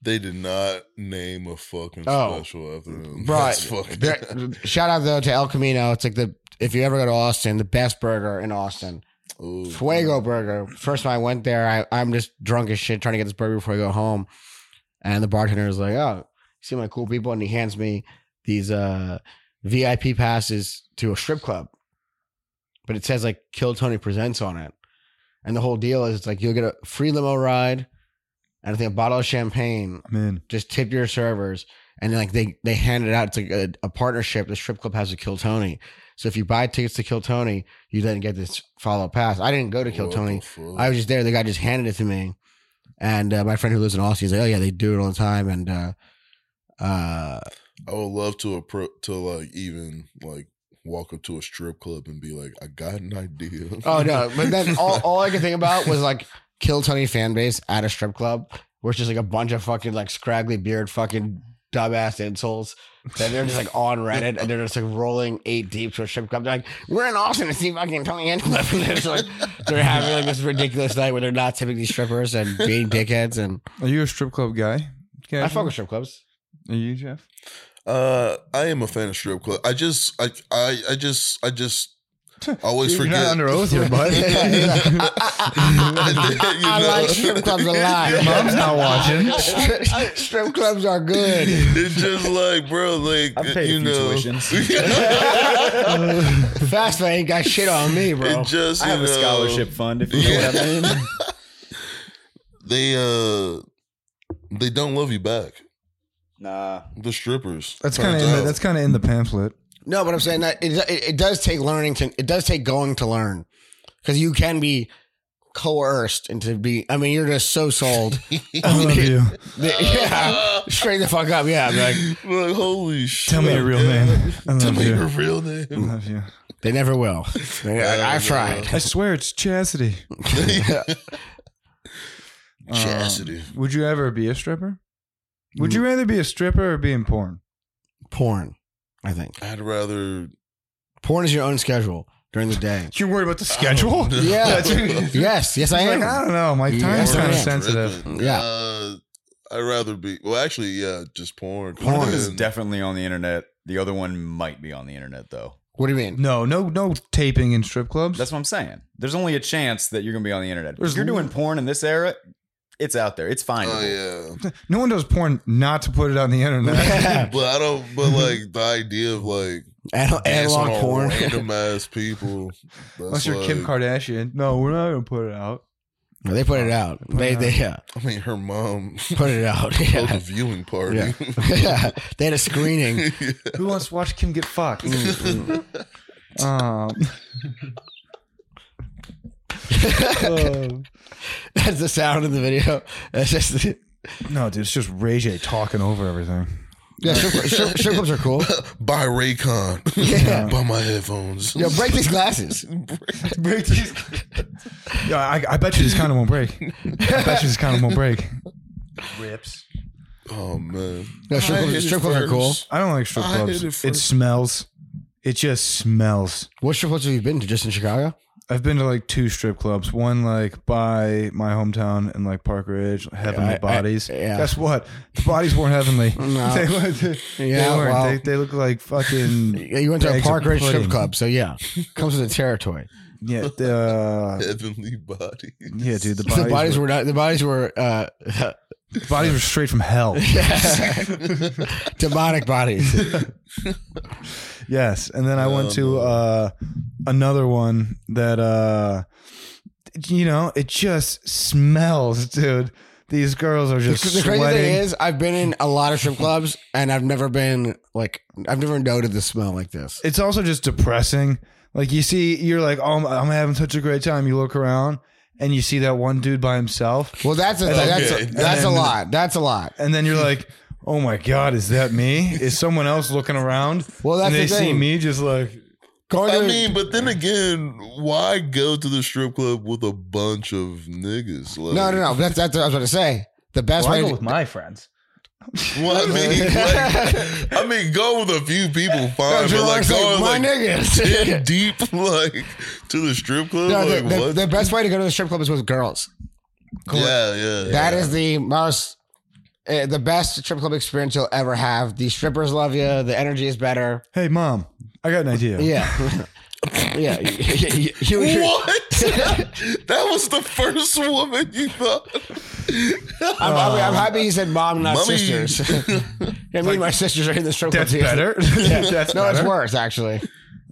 [SPEAKER 3] They did not name a fucking
[SPEAKER 2] Oh.
[SPEAKER 3] special after <laughs> them.
[SPEAKER 2] Bro,
[SPEAKER 3] That's fucking.
[SPEAKER 2] there, shout out though to El Camino. It's like the if you ever go to Austin, the best burger in Austin.
[SPEAKER 3] <laughs> Ooh.
[SPEAKER 2] Fuego Burger. First time I went there, I, I'm just drunk as shit trying to get this burger before I go home. And the bartender was like, oh, you see my cool people? And he hands me these uh, VIP passes to a strip club. But it says like Kill Tony Presents on it. And the whole deal is it's like you'll get a free limo ride and I think a bottle of champagne.
[SPEAKER 1] I'm in.
[SPEAKER 2] Just tip your servers. and like they they hand it out. It's like a, a partnership. The strip club has to kill Tony. So if you buy tickets to kill Tony, you then get this follow pass. I didn't go to kill
[SPEAKER 3] What
[SPEAKER 2] Tony.
[SPEAKER 3] the fuck?
[SPEAKER 2] I was just there. The guy just handed it to me, and uh, my friend who lives in Austin, he's like, "Oh yeah, they do it all the time." And uh, uh,
[SPEAKER 3] I would love to approach to like even like walk up to a strip club and be like, I got an idea.
[SPEAKER 2] oh no, but
[SPEAKER 3] <laughs>
[SPEAKER 2] then all, all I could think about was like kill Tony fan base at a strip club, where it's just like a bunch of fucking like scraggly beard fucking dumbass insoles. That they're just like on Reddit and they're just like rolling eight deep to a strip club. They're like, we're in Austin to see fucking Tony Hinchcliffe. <laughs> And they're just like, they're having like this ridiculous night where they're not tipping these strippers and being dickheads. And
[SPEAKER 1] Are you a strip club guy?
[SPEAKER 2] I fuck
[SPEAKER 1] Casual?
[SPEAKER 2] with strip clubs.
[SPEAKER 1] Are you Jeff?
[SPEAKER 3] Uh, I am a fan of strip club. I just, I, I, I just,
[SPEAKER 2] <laughs>
[SPEAKER 3] I just always
[SPEAKER 1] You're
[SPEAKER 3] forget.
[SPEAKER 1] not under <laughs> oath here, bud. <laughs>
[SPEAKER 2] I like strip clubs a lot.
[SPEAKER 3] Your
[SPEAKER 1] mom's not watching.
[SPEAKER 2] Strip, <laughs> strip clubs are good.
[SPEAKER 3] <laughs> It's just like, bro, like
[SPEAKER 4] I've paid a
[SPEAKER 3] you
[SPEAKER 4] few
[SPEAKER 1] <laughs>
[SPEAKER 3] know, <laughs>
[SPEAKER 4] tuitions.
[SPEAKER 2] Fast lane ain't got shit on me, bro.
[SPEAKER 3] it just
[SPEAKER 4] I have
[SPEAKER 3] you
[SPEAKER 4] a
[SPEAKER 3] know,
[SPEAKER 4] scholarship fund if you know what I mean.
[SPEAKER 1] <laughs>
[SPEAKER 3] They uh, they don't love you back.
[SPEAKER 4] Nah.
[SPEAKER 3] The strippers.
[SPEAKER 1] That's kind
[SPEAKER 3] Turns
[SPEAKER 1] of in the,
[SPEAKER 3] out.
[SPEAKER 1] that's kind of in the pamphlet.
[SPEAKER 2] No, but I'm saying that it, it, it does take learning to. It does take going to learn because you can be coerced into be. I mean, you're just so
[SPEAKER 3] <laughs>
[SPEAKER 2] sold.
[SPEAKER 1] I love you.
[SPEAKER 2] yeah, straight the fuck up. Yeah, I'm like
[SPEAKER 3] Like, holy shit.
[SPEAKER 1] Tell me your real
[SPEAKER 3] <laughs>
[SPEAKER 1] name. I
[SPEAKER 3] Tell
[SPEAKER 1] love
[SPEAKER 3] me your
[SPEAKER 1] you.
[SPEAKER 3] real
[SPEAKER 1] I <laughs>
[SPEAKER 3] name.
[SPEAKER 1] love you.
[SPEAKER 2] they never will. They- I, I've
[SPEAKER 3] Yeah,
[SPEAKER 2] tried.
[SPEAKER 1] I swear it's chastity. Uh,
[SPEAKER 3] <laughs> Chastity.
[SPEAKER 1] would you ever be a stripper? Would you rather be a stripper or be in porn?
[SPEAKER 2] <laughs> Porn, I think.
[SPEAKER 3] I'd rather.
[SPEAKER 2] Porn is your own schedule during
[SPEAKER 1] <laughs>
[SPEAKER 2] the day.
[SPEAKER 1] You're worried about the schedule?
[SPEAKER 3] know.
[SPEAKER 2] Yeah.
[SPEAKER 1] That's- he's
[SPEAKER 2] Yes, yes, I
[SPEAKER 1] like,
[SPEAKER 2] am.
[SPEAKER 1] I don't know. My
[SPEAKER 2] Yeah.
[SPEAKER 1] time's
[SPEAKER 2] Porn
[SPEAKER 1] kind of
[SPEAKER 2] is
[SPEAKER 1] sensitive.
[SPEAKER 2] Yeah.
[SPEAKER 3] Uh, I'd rather be. Well, actually, yeah, just porn. 'Cause
[SPEAKER 4] One of them is
[SPEAKER 3] then-
[SPEAKER 4] definitely on the internet. The other one might be on the internet though.
[SPEAKER 2] What do you
[SPEAKER 1] <laughs>
[SPEAKER 2] mean?
[SPEAKER 1] No, no, no taping in strip clubs.
[SPEAKER 4] That's what I'm saying. There's only a chance that you're gonna be on the internet.
[SPEAKER 1] There's
[SPEAKER 4] If you're
[SPEAKER 1] l-
[SPEAKER 4] doing porn in this era, it's out there. It's fine.
[SPEAKER 3] Oh yeah,
[SPEAKER 1] no one does porn not to put it on the
[SPEAKER 3] <laughs>
[SPEAKER 1] internet.
[SPEAKER 3] but I don't.
[SPEAKER 1] <laughs>
[SPEAKER 3] But like the idea of like
[SPEAKER 2] Anal-
[SPEAKER 3] dancing
[SPEAKER 2] <laughs> analog
[SPEAKER 3] on <laughs>
[SPEAKER 1] <laughs>
[SPEAKER 2] porn.
[SPEAKER 3] random ass people. That's
[SPEAKER 1] Unless you're Kim
[SPEAKER 3] like-
[SPEAKER 1] Kardashian. No, we're not going to put it out.
[SPEAKER 2] No, they put it out. They they yeah,
[SPEAKER 3] I mean, her mom <laughs>
[SPEAKER 2] put it out. <laughs>
[SPEAKER 3] held a
[SPEAKER 2] Yeah.
[SPEAKER 3] viewing party.
[SPEAKER 2] Yeah. <laughs>
[SPEAKER 3] <laughs>
[SPEAKER 2] yeah, they had a <laughs> screening.
[SPEAKER 1] Who wants to watch Kim get fucked?
[SPEAKER 3] Mm-hmm.
[SPEAKER 1] <laughs>
[SPEAKER 3] <laughs>
[SPEAKER 1] um. Um,
[SPEAKER 2] That's the sound of the video. That's just
[SPEAKER 1] no, dude, it's just Ray J talking over everything.
[SPEAKER 2] yeah. Strip, strip, strip clubs are <laughs> cool.
[SPEAKER 3] Buy Raycon. <laughs>
[SPEAKER 2] Yeah.
[SPEAKER 3] Buy my headphones.
[SPEAKER 2] Yo, break these glasses. <laughs> break these.
[SPEAKER 1] <laughs> Yeah, I, I bet you this kind of won't break. I bet you this kind of won't break. Rips.
[SPEAKER 3] Oh man.
[SPEAKER 2] No, strip
[SPEAKER 3] I
[SPEAKER 2] clubs-
[SPEAKER 3] hit it
[SPEAKER 2] strip clubs are cool.
[SPEAKER 3] first.
[SPEAKER 1] I don't like strip
[SPEAKER 3] I
[SPEAKER 1] clubs.
[SPEAKER 3] did it
[SPEAKER 1] it
[SPEAKER 3] first.
[SPEAKER 1] smells. It just smells.
[SPEAKER 2] What strip clubs have you been to? Just in Chicago?
[SPEAKER 1] I've been to like two strip clubs. One like by my hometown in like Park Ridge, Heavenly
[SPEAKER 2] I- I-
[SPEAKER 1] Bodies.
[SPEAKER 2] yeah.
[SPEAKER 1] Guess what? The bodies weren't heavenly.
[SPEAKER 2] <laughs> No.
[SPEAKER 1] <laughs> They, weren't- they
[SPEAKER 2] Yeah,
[SPEAKER 1] weren't.
[SPEAKER 2] well.
[SPEAKER 1] They, they look like fucking
[SPEAKER 2] <laughs> Yeah, You went to a
[SPEAKER 1] Bags of
[SPEAKER 2] Park Ridge strip
[SPEAKER 1] pudding.
[SPEAKER 2] club, so yeah, comes with the territory.
[SPEAKER 1] yeah. the, uh,
[SPEAKER 3] <laughs> Heavenly body.
[SPEAKER 1] yeah, dude. The <laughs>
[SPEAKER 2] So
[SPEAKER 1] bodies,
[SPEAKER 2] the bodies
[SPEAKER 1] were,
[SPEAKER 2] were not. The bodies were uh, <laughs>
[SPEAKER 1] bodies were straight from hell. <laughs>
[SPEAKER 2] demonic bodies.
[SPEAKER 1] Yes, and then I
[SPEAKER 2] Oh,
[SPEAKER 1] went to uh, another one that uh, you know it just smells, dude. These girls are
[SPEAKER 2] The,
[SPEAKER 1] just
[SPEAKER 2] <laughs> the
[SPEAKER 1] sweating.
[SPEAKER 2] crazy thing is, I've been in a lot of strip clubs, and I've never been like, I've never noted the smell like this.
[SPEAKER 1] it's also just depressing. Like you see, you're like, oh, I'm, I'm having such a great time. You look around and you see that one dude by himself,
[SPEAKER 2] Well, that's a,
[SPEAKER 3] Okay.
[SPEAKER 2] that's a,
[SPEAKER 3] And
[SPEAKER 2] that's a
[SPEAKER 1] then-
[SPEAKER 2] lot. That's a lot.
[SPEAKER 1] and then you're
[SPEAKER 2] <laughs>
[SPEAKER 1] like, oh my god, is that me? Is someone else looking around?
[SPEAKER 2] Well, that's
[SPEAKER 1] and they
[SPEAKER 2] the
[SPEAKER 1] see
[SPEAKER 2] thing.
[SPEAKER 1] me just like,
[SPEAKER 2] Going
[SPEAKER 3] I
[SPEAKER 2] to
[SPEAKER 3] mean, but then again, why go to the strip club with a bunch of niggas? Like, <laughs>
[SPEAKER 2] no, no, no. That's that's what I was going to say. The best
[SPEAKER 1] well, I
[SPEAKER 2] way.
[SPEAKER 1] go
[SPEAKER 2] To,
[SPEAKER 1] with my friends.
[SPEAKER 3] Well,
[SPEAKER 2] <laughs>
[SPEAKER 3] I mean, like, I mean, go with a few people, fine, but like
[SPEAKER 2] Gerard's like,
[SPEAKER 3] going
[SPEAKER 2] my
[SPEAKER 3] like <laughs>
[SPEAKER 2] niggas.
[SPEAKER 3] in deep, like to the strip
[SPEAKER 2] <laughs>
[SPEAKER 3] club,
[SPEAKER 2] No, the,
[SPEAKER 3] like
[SPEAKER 2] the-
[SPEAKER 3] what?
[SPEAKER 2] the best way to go to the strip club is with girls.
[SPEAKER 3] yeah, yeah,
[SPEAKER 2] That is the most, uh, the best strip club experience you'll ever have. The strippers love you. The energy is better.
[SPEAKER 1] Hey, mom, I got an idea.
[SPEAKER 2] Yeah, <laughs> yeah. You- you- you- <laughs>
[SPEAKER 3] What? <laughs> that was the first woman you thought.
[SPEAKER 2] I'm, I'm- I'm happy he said mom, not
[SPEAKER 3] Mummy.
[SPEAKER 2] sisters. <laughs> yeah, me and my sisters are in the strip club.
[SPEAKER 1] That's
[SPEAKER 2] too.
[SPEAKER 1] better. <laughs> That's
[SPEAKER 2] No,
[SPEAKER 1] better.
[SPEAKER 2] it's worse actually.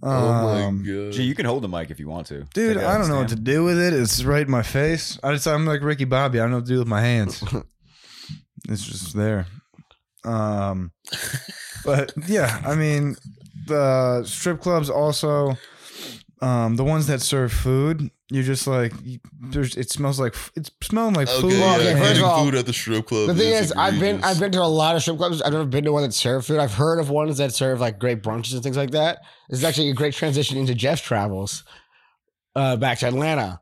[SPEAKER 3] Oh
[SPEAKER 1] Um,
[SPEAKER 3] my god.
[SPEAKER 4] Gee, you can hold the mic if you want to.
[SPEAKER 1] Dude,
[SPEAKER 4] Take it
[SPEAKER 1] I
[SPEAKER 4] out
[SPEAKER 1] don't know what to
[SPEAKER 4] stand.
[SPEAKER 1] do with it. It's right in my
[SPEAKER 3] <laughs>
[SPEAKER 1] face. I just, I'm like Ricky Bobby. I don't know what to do with my hands. it's just there.
[SPEAKER 3] <laughs>
[SPEAKER 1] Um, but yeah, I mean, the strip clubs also, um, the ones that serve food, you're just like, you- there's, it smells like, f- it's smelling like food.
[SPEAKER 3] Okay, yeah,
[SPEAKER 2] okay, first
[SPEAKER 3] eating
[SPEAKER 2] of all,
[SPEAKER 3] food at the strip club.
[SPEAKER 2] The thing is, I've been
[SPEAKER 3] egregious.
[SPEAKER 2] I've been to a lot of strip clubs. I've never been to one that served food. I've heard of ones that serve like great brunches and things like that. This is actually a great transition into Jeff's travels uh, back to Atlanta.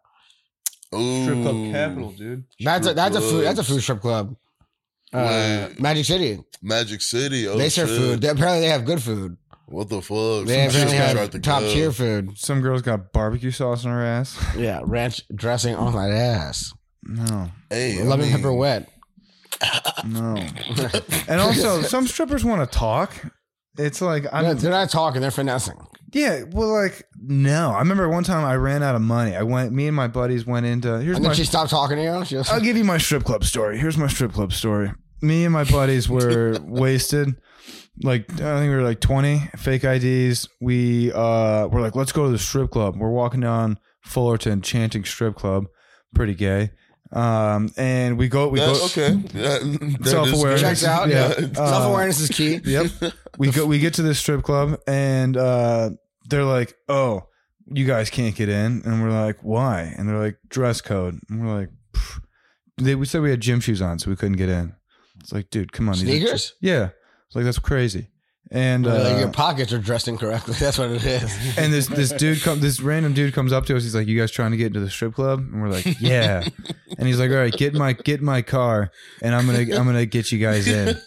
[SPEAKER 3] Ooh.
[SPEAKER 1] Strip club capital, dude.
[SPEAKER 2] That's a,
[SPEAKER 3] Strip
[SPEAKER 2] that's a food that's a
[SPEAKER 3] clubs.
[SPEAKER 2] food strip club. Uh,
[SPEAKER 3] Wait.
[SPEAKER 2] Magic City.
[SPEAKER 3] Magic City. Oh,
[SPEAKER 2] they serve
[SPEAKER 3] shit.
[SPEAKER 2] food. They- apparently, they have good food.
[SPEAKER 3] What the fuck?
[SPEAKER 2] They
[SPEAKER 3] Some shit's
[SPEAKER 2] apparently
[SPEAKER 3] gotta start to
[SPEAKER 2] have top
[SPEAKER 3] go.
[SPEAKER 2] tier food.
[SPEAKER 1] Some girls got barbecue sauce on her ass.
[SPEAKER 2] Yeah, ranch dressing on that ass.
[SPEAKER 1] No,
[SPEAKER 3] Hey, I
[SPEAKER 2] Lemon
[SPEAKER 3] mean,
[SPEAKER 2] pepper wet.
[SPEAKER 3] <laughs>
[SPEAKER 1] no. and also, some strippers want to talk. It's like I'm,
[SPEAKER 2] No, they're not talking. They're finessing.
[SPEAKER 1] yeah. Well, like no. I remember one time I ran out of money. I went. Me and my buddies went into. Here's
[SPEAKER 2] And then
[SPEAKER 1] my
[SPEAKER 2] she stopped talking to you.
[SPEAKER 1] <laughs>
[SPEAKER 2] She was,
[SPEAKER 1] I'll give you my strip club story. Here's my strip club story. Me and my buddies were wasted. Like I think we were like 20 fake IDs. We uh were like, let's go to the strip club. We're walking down Fullerton, chanting strip club. Pretty gay. Um, and we go. We
[SPEAKER 3] that-
[SPEAKER 1] go.
[SPEAKER 3] okay. <laughs> That- that is
[SPEAKER 1] Self-awareness.
[SPEAKER 3] good.
[SPEAKER 2] Checks
[SPEAKER 1] <laughs>
[SPEAKER 2] out.
[SPEAKER 1] Yeah.
[SPEAKER 3] <laughs>
[SPEAKER 2] Yeah.
[SPEAKER 1] Uh,
[SPEAKER 2] Self awareness
[SPEAKER 1] <laughs>
[SPEAKER 2] is key.
[SPEAKER 1] Yep. We go. We get to this strip club, and uh, they're like, "Oh, you guys can't get in," and we're like, "Why?" And they're like, "Dress code," and we're like, "Pff." "They." We said we had gym shoes on, so we couldn't get in. It's like, dude, come on, these are-
[SPEAKER 2] Sneakers?
[SPEAKER 1] yeah. It's like that's crazy. And
[SPEAKER 2] Uh,
[SPEAKER 1] uh,
[SPEAKER 2] your <laughs> pockets are dressed incorrectly. <laughs> That's what it
[SPEAKER 1] <laughs>
[SPEAKER 2] is.
[SPEAKER 1] and this this dude come this random dude comes up to us. He's like, "You guys trying to get into the strip club?" And we're like, "Yeah." and he's like, "All right, get in my get in my car, and I'm gonna I'm gonna get you guys in."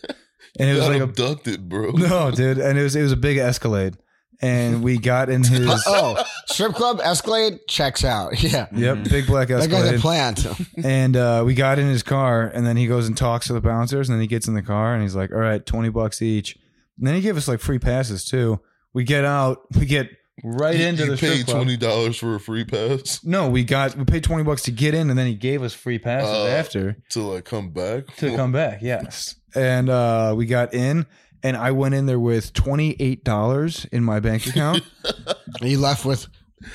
[SPEAKER 1] And it was
[SPEAKER 3] Got
[SPEAKER 1] like a
[SPEAKER 3] abducted, bro. <laughs>
[SPEAKER 1] No, dude, and it was it was a big Escalade, and we got
[SPEAKER 3] <laughs>
[SPEAKER 1] in his
[SPEAKER 2] oh, strip club Escalade checks out. <laughs> Yeah,
[SPEAKER 1] yep big black
[SPEAKER 2] that guy's a
[SPEAKER 1] Escalade,
[SPEAKER 2] plant.
[SPEAKER 1] and uh, we got in his car, and then he goes and talks to the bouncers, and then he gets in the car, and he's like, "All right, twenty bucks each," and then he gave us like free passes too. We get out, we get right
[SPEAKER 3] You-
[SPEAKER 1] into
[SPEAKER 3] you
[SPEAKER 1] the strip
[SPEAKER 3] paid
[SPEAKER 1] club.
[SPEAKER 3] twenty dollars for a free pass
[SPEAKER 1] no, we got we paid twenty bucks to get in, and then he gave us free passes
[SPEAKER 3] Oh.
[SPEAKER 1] after
[SPEAKER 3] to like come back.
[SPEAKER 1] to come back. Yes, and uh, we got in, and I went in there with twenty eight dollars in my bank account.
[SPEAKER 3] <laughs>
[SPEAKER 2] And you left with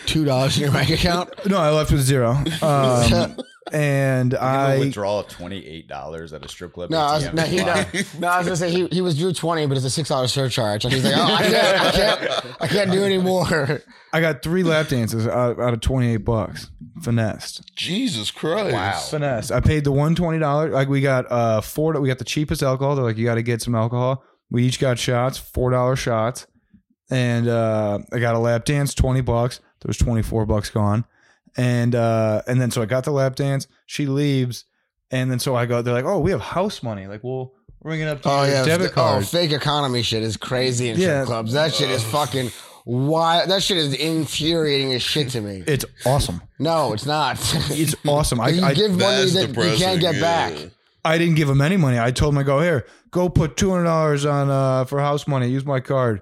[SPEAKER 2] two dollars in your bank account.
[SPEAKER 1] No, I left with
[SPEAKER 2] <laughs>
[SPEAKER 1] zero. Um, and
[SPEAKER 4] I
[SPEAKER 1] I
[SPEAKER 4] withdraw twenty eight dollars at a strip club.
[SPEAKER 2] No, I was,
[SPEAKER 4] ATM.
[SPEAKER 2] no, he, no,
[SPEAKER 4] Wow.
[SPEAKER 2] no, I was gonna say he, he was due twenty, but it's a six dollar surcharge. And he's like, oh, I can't, I can't, I can't do <laughs> anymore.
[SPEAKER 1] I got three lap dances out, out of twenty eight bucks. Finessed,
[SPEAKER 3] Jesus Christ!
[SPEAKER 4] Wow.
[SPEAKER 1] finessed. I paid the one twenty dollar. Like we got uh four. We got the cheapest alcohol. They're like, you got to get some alcohol. We each got shots, four dollar shots, and uh, I got a lap dance, twenty bucks. There was twenty four bucks gone, and uh, and then so I got the lap dance. She leaves, and then so I go. They're like, oh, we have house money. Like we'll ring it up to
[SPEAKER 2] Oh
[SPEAKER 1] your
[SPEAKER 2] yeah,
[SPEAKER 1] debit
[SPEAKER 2] f-
[SPEAKER 1] card.
[SPEAKER 2] Oh, fake economy shit is crazy in
[SPEAKER 1] Yeah.
[SPEAKER 2] strip clubs. That shit is fucking wild. That shit is infuriating as shit to me.
[SPEAKER 1] it's awesome.
[SPEAKER 2] No, it's not. <laughs>
[SPEAKER 1] It's awesome. I,
[SPEAKER 2] you
[SPEAKER 1] I,
[SPEAKER 2] give money
[SPEAKER 3] That's
[SPEAKER 2] that
[SPEAKER 3] depressing.
[SPEAKER 2] you can't get
[SPEAKER 3] yeah.
[SPEAKER 2] back.
[SPEAKER 1] I didn't give him any money. I told him, I go here, go put two hundred dollars on uh, for house money. Use my card.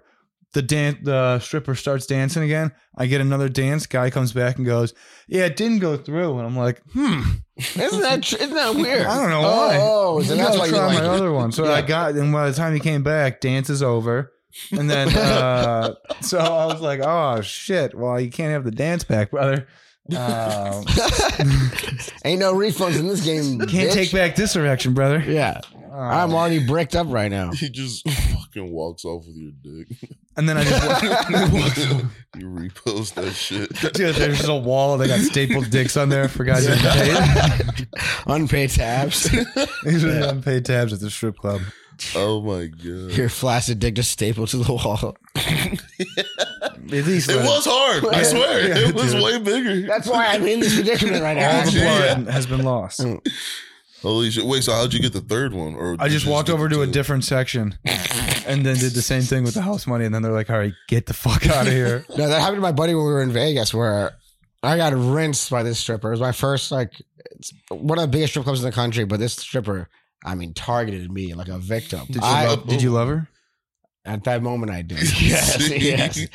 [SPEAKER 1] The dan- the stripper starts dancing again. I get another dance. Guy comes back and goes, yeah, it didn't go through. And I'm like, hmm,
[SPEAKER 2] Isn't that tr- isn't that weird?
[SPEAKER 1] I don't know why.
[SPEAKER 2] Oh, oh so
[SPEAKER 1] You
[SPEAKER 2] that's
[SPEAKER 1] gotta
[SPEAKER 2] why you
[SPEAKER 1] try
[SPEAKER 2] like
[SPEAKER 1] my
[SPEAKER 2] it.
[SPEAKER 1] other one. So I got, and by the time he came back, dance is over. And then,
[SPEAKER 2] <laughs>
[SPEAKER 1] uh, so I was like, oh shit, well you can't have the dance back,
[SPEAKER 2] <laughs>
[SPEAKER 1] brother. Um,
[SPEAKER 2] Ain't no refunds
[SPEAKER 1] <laughs>
[SPEAKER 2] in this game.
[SPEAKER 1] can't
[SPEAKER 2] bitch.
[SPEAKER 1] take back this erection, brother.
[SPEAKER 2] Yeah, I'm already bricked up
[SPEAKER 1] <laughs>
[SPEAKER 2] right now.
[SPEAKER 3] He just <laughs> fucking walks off with your
[SPEAKER 2] <laughs>
[SPEAKER 3] dick. <laughs>
[SPEAKER 1] And then I just. <laughs>
[SPEAKER 3] you repost that shit.
[SPEAKER 2] <laughs>
[SPEAKER 1] Dude, there's just a wall. They got stapled dicks on there for guys that paid. <laughs>
[SPEAKER 2] Unpaid tabs.
[SPEAKER 1] These are the unpaid tabs at the strip club.
[SPEAKER 3] Oh my god!
[SPEAKER 2] Your flaccid dick just stapled to the wall.
[SPEAKER 1] At least
[SPEAKER 3] It
[SPEAKER 1] like,
[SPEAKER 3] was hard. I swear,
[SPEAKER 1] yeah,
[SPEAKER 3] it was
[SPEAKER 1] dude.
[SPEAKER 3] way bigger.
[SPEAKER 2] That's why I'm in this predicament right <laughs> now.
[SPEAKER 1] all the
[SPEAKER 2] Actually,
[SPEAKER 1] blood <laughs> has been lost.
[SPEAKER 3] Holy shit! Wait, so how'd you get the third one? Or
[SPEAKER 1] I
[SPEAKER 3] did
[SPEAKER 1] just
[SPEAKER 3] you
[SPEAKER 1] walked
[SPEAKER 3] get
[SPEAKER 1] over
[SPEAKER 3] the
[SPEAKER 1] to a
[SPEAKER 3] two?
[SPEAKER 1] different
[SPEAKER 2] <laughs>
[SPEAKER 1] section and then did the same thing with the house money. And then they're like, all right, get the fuck
[SPEAKER 2] <laughs>
[SPEAKER 1] out of here.
[SPEAKER 2] No, that happened to my buddy when we were in Vegas, where I got rinsed by this stripper. It was my first, like, it's one of the biggest strip clubs in the country, but this stripper, I mean, targeted me like a victim.
[SPEAKER 1] Did you,
[SPEAKER 2] I,
[SPEAKER 1] love, did you love her?
[SPEAKER 2] At that moment,
[SPEAKER 1] <laughs>
[SPEAKER 2] I did. yes, yes.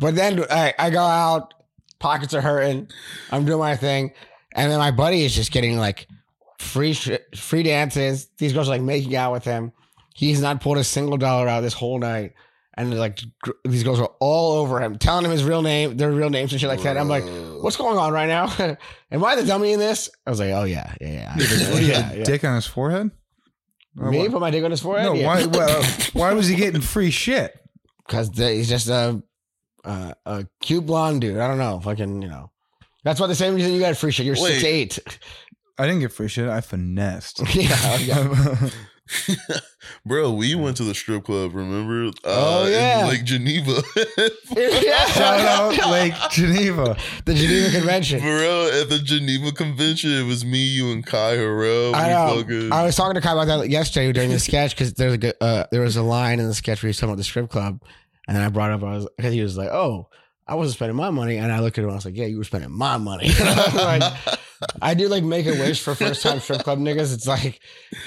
[SPEAKER 2] But then I, I go out, pockets are hurting. I'm doing my thing, and then my buddy is just getting like free sh- free dances. These girls are like making out with him. He's not pulled a single dollar out this whole night, and like gr- these girls are all over him, telling him his real name, their real names and shit like that. I'm like, what's going on right now? <laughs>
[SPEAKER 1] <laughs>
[SPEAKER 2] Am I the dummy in this? I was like, oh yeah, yeah, yeah.
[SPEAKER 1] Did he
[SPEAKER 2] yeah,
[SPEAKER 1] have a
[SPEAKER 2] yeah.
[SPEAKER 1] dick on his forehead? Or
[SPEAKER 2] Me
[SPEAKER 1] what?
[SPEAKER 2] put my dick on his forehead.
[SPEAKER 1] No,
[SPEAKER 2] yeah. <laughs>
[SPEAKER 1] why, why? Why was he getting free shit?
[SPEAKER 2] Because he's just a, a a cute blonde dude. I don't know. Fucking, you know. That's why the same reason you got free shit. You're six
[SPEAKER 3] Wait.
[SPEAKER 2] eight.
[SPEAKER 3] <laughs>
[SPEAKER 2] <laughs>
[SPEAKER 1] I didn't get free shit. I finessed.
[SPEAKER 2] yeah. oh,
[SPEAKER 3] <laughs>
[SPEAKER 2] yeah.
[SPEAKER 3] Bro, we went to the strip club, remember? Uh,
[SPEAKER 2] Oh,
[SPEAKER 3] in
[SPEAKER 2] yeah.
[SPEAKER 3] Lake Geneva.
[SPEAKER 1] <laughs>
[SPEAKER 3] <laughs>
[SPEAKER 1] Shout
[SPEAKER 2] <laughs>
[SPEAKER 1] out Lake Geneva.
[SPEAKER 2] The Geneva Convention.
[SPEAKER 3] Bro, at the Geneva convention, it was me, you, and Kai Harrell.
[SPEAKER 2] I
[SPEAKER 3] We
[SPEAKER 2] know.
[SPEAKER 3] fucking-
[SPEAKER 2] I was <laughs> talking to Kai about that yesterday during the sketch because there's a good, uh, there was a line in the sketch where he was talking about the strip club, and then I brought up I was because he was like, "Oh, I wasn't spending my money," and I looked at him, I was like, "Yeah, you were spending my money." <laughs> I, was
[SPEAKER 3] <laughs>
[SPEAKER 2] like, I do like make a wish for first time strip club niggas. It's like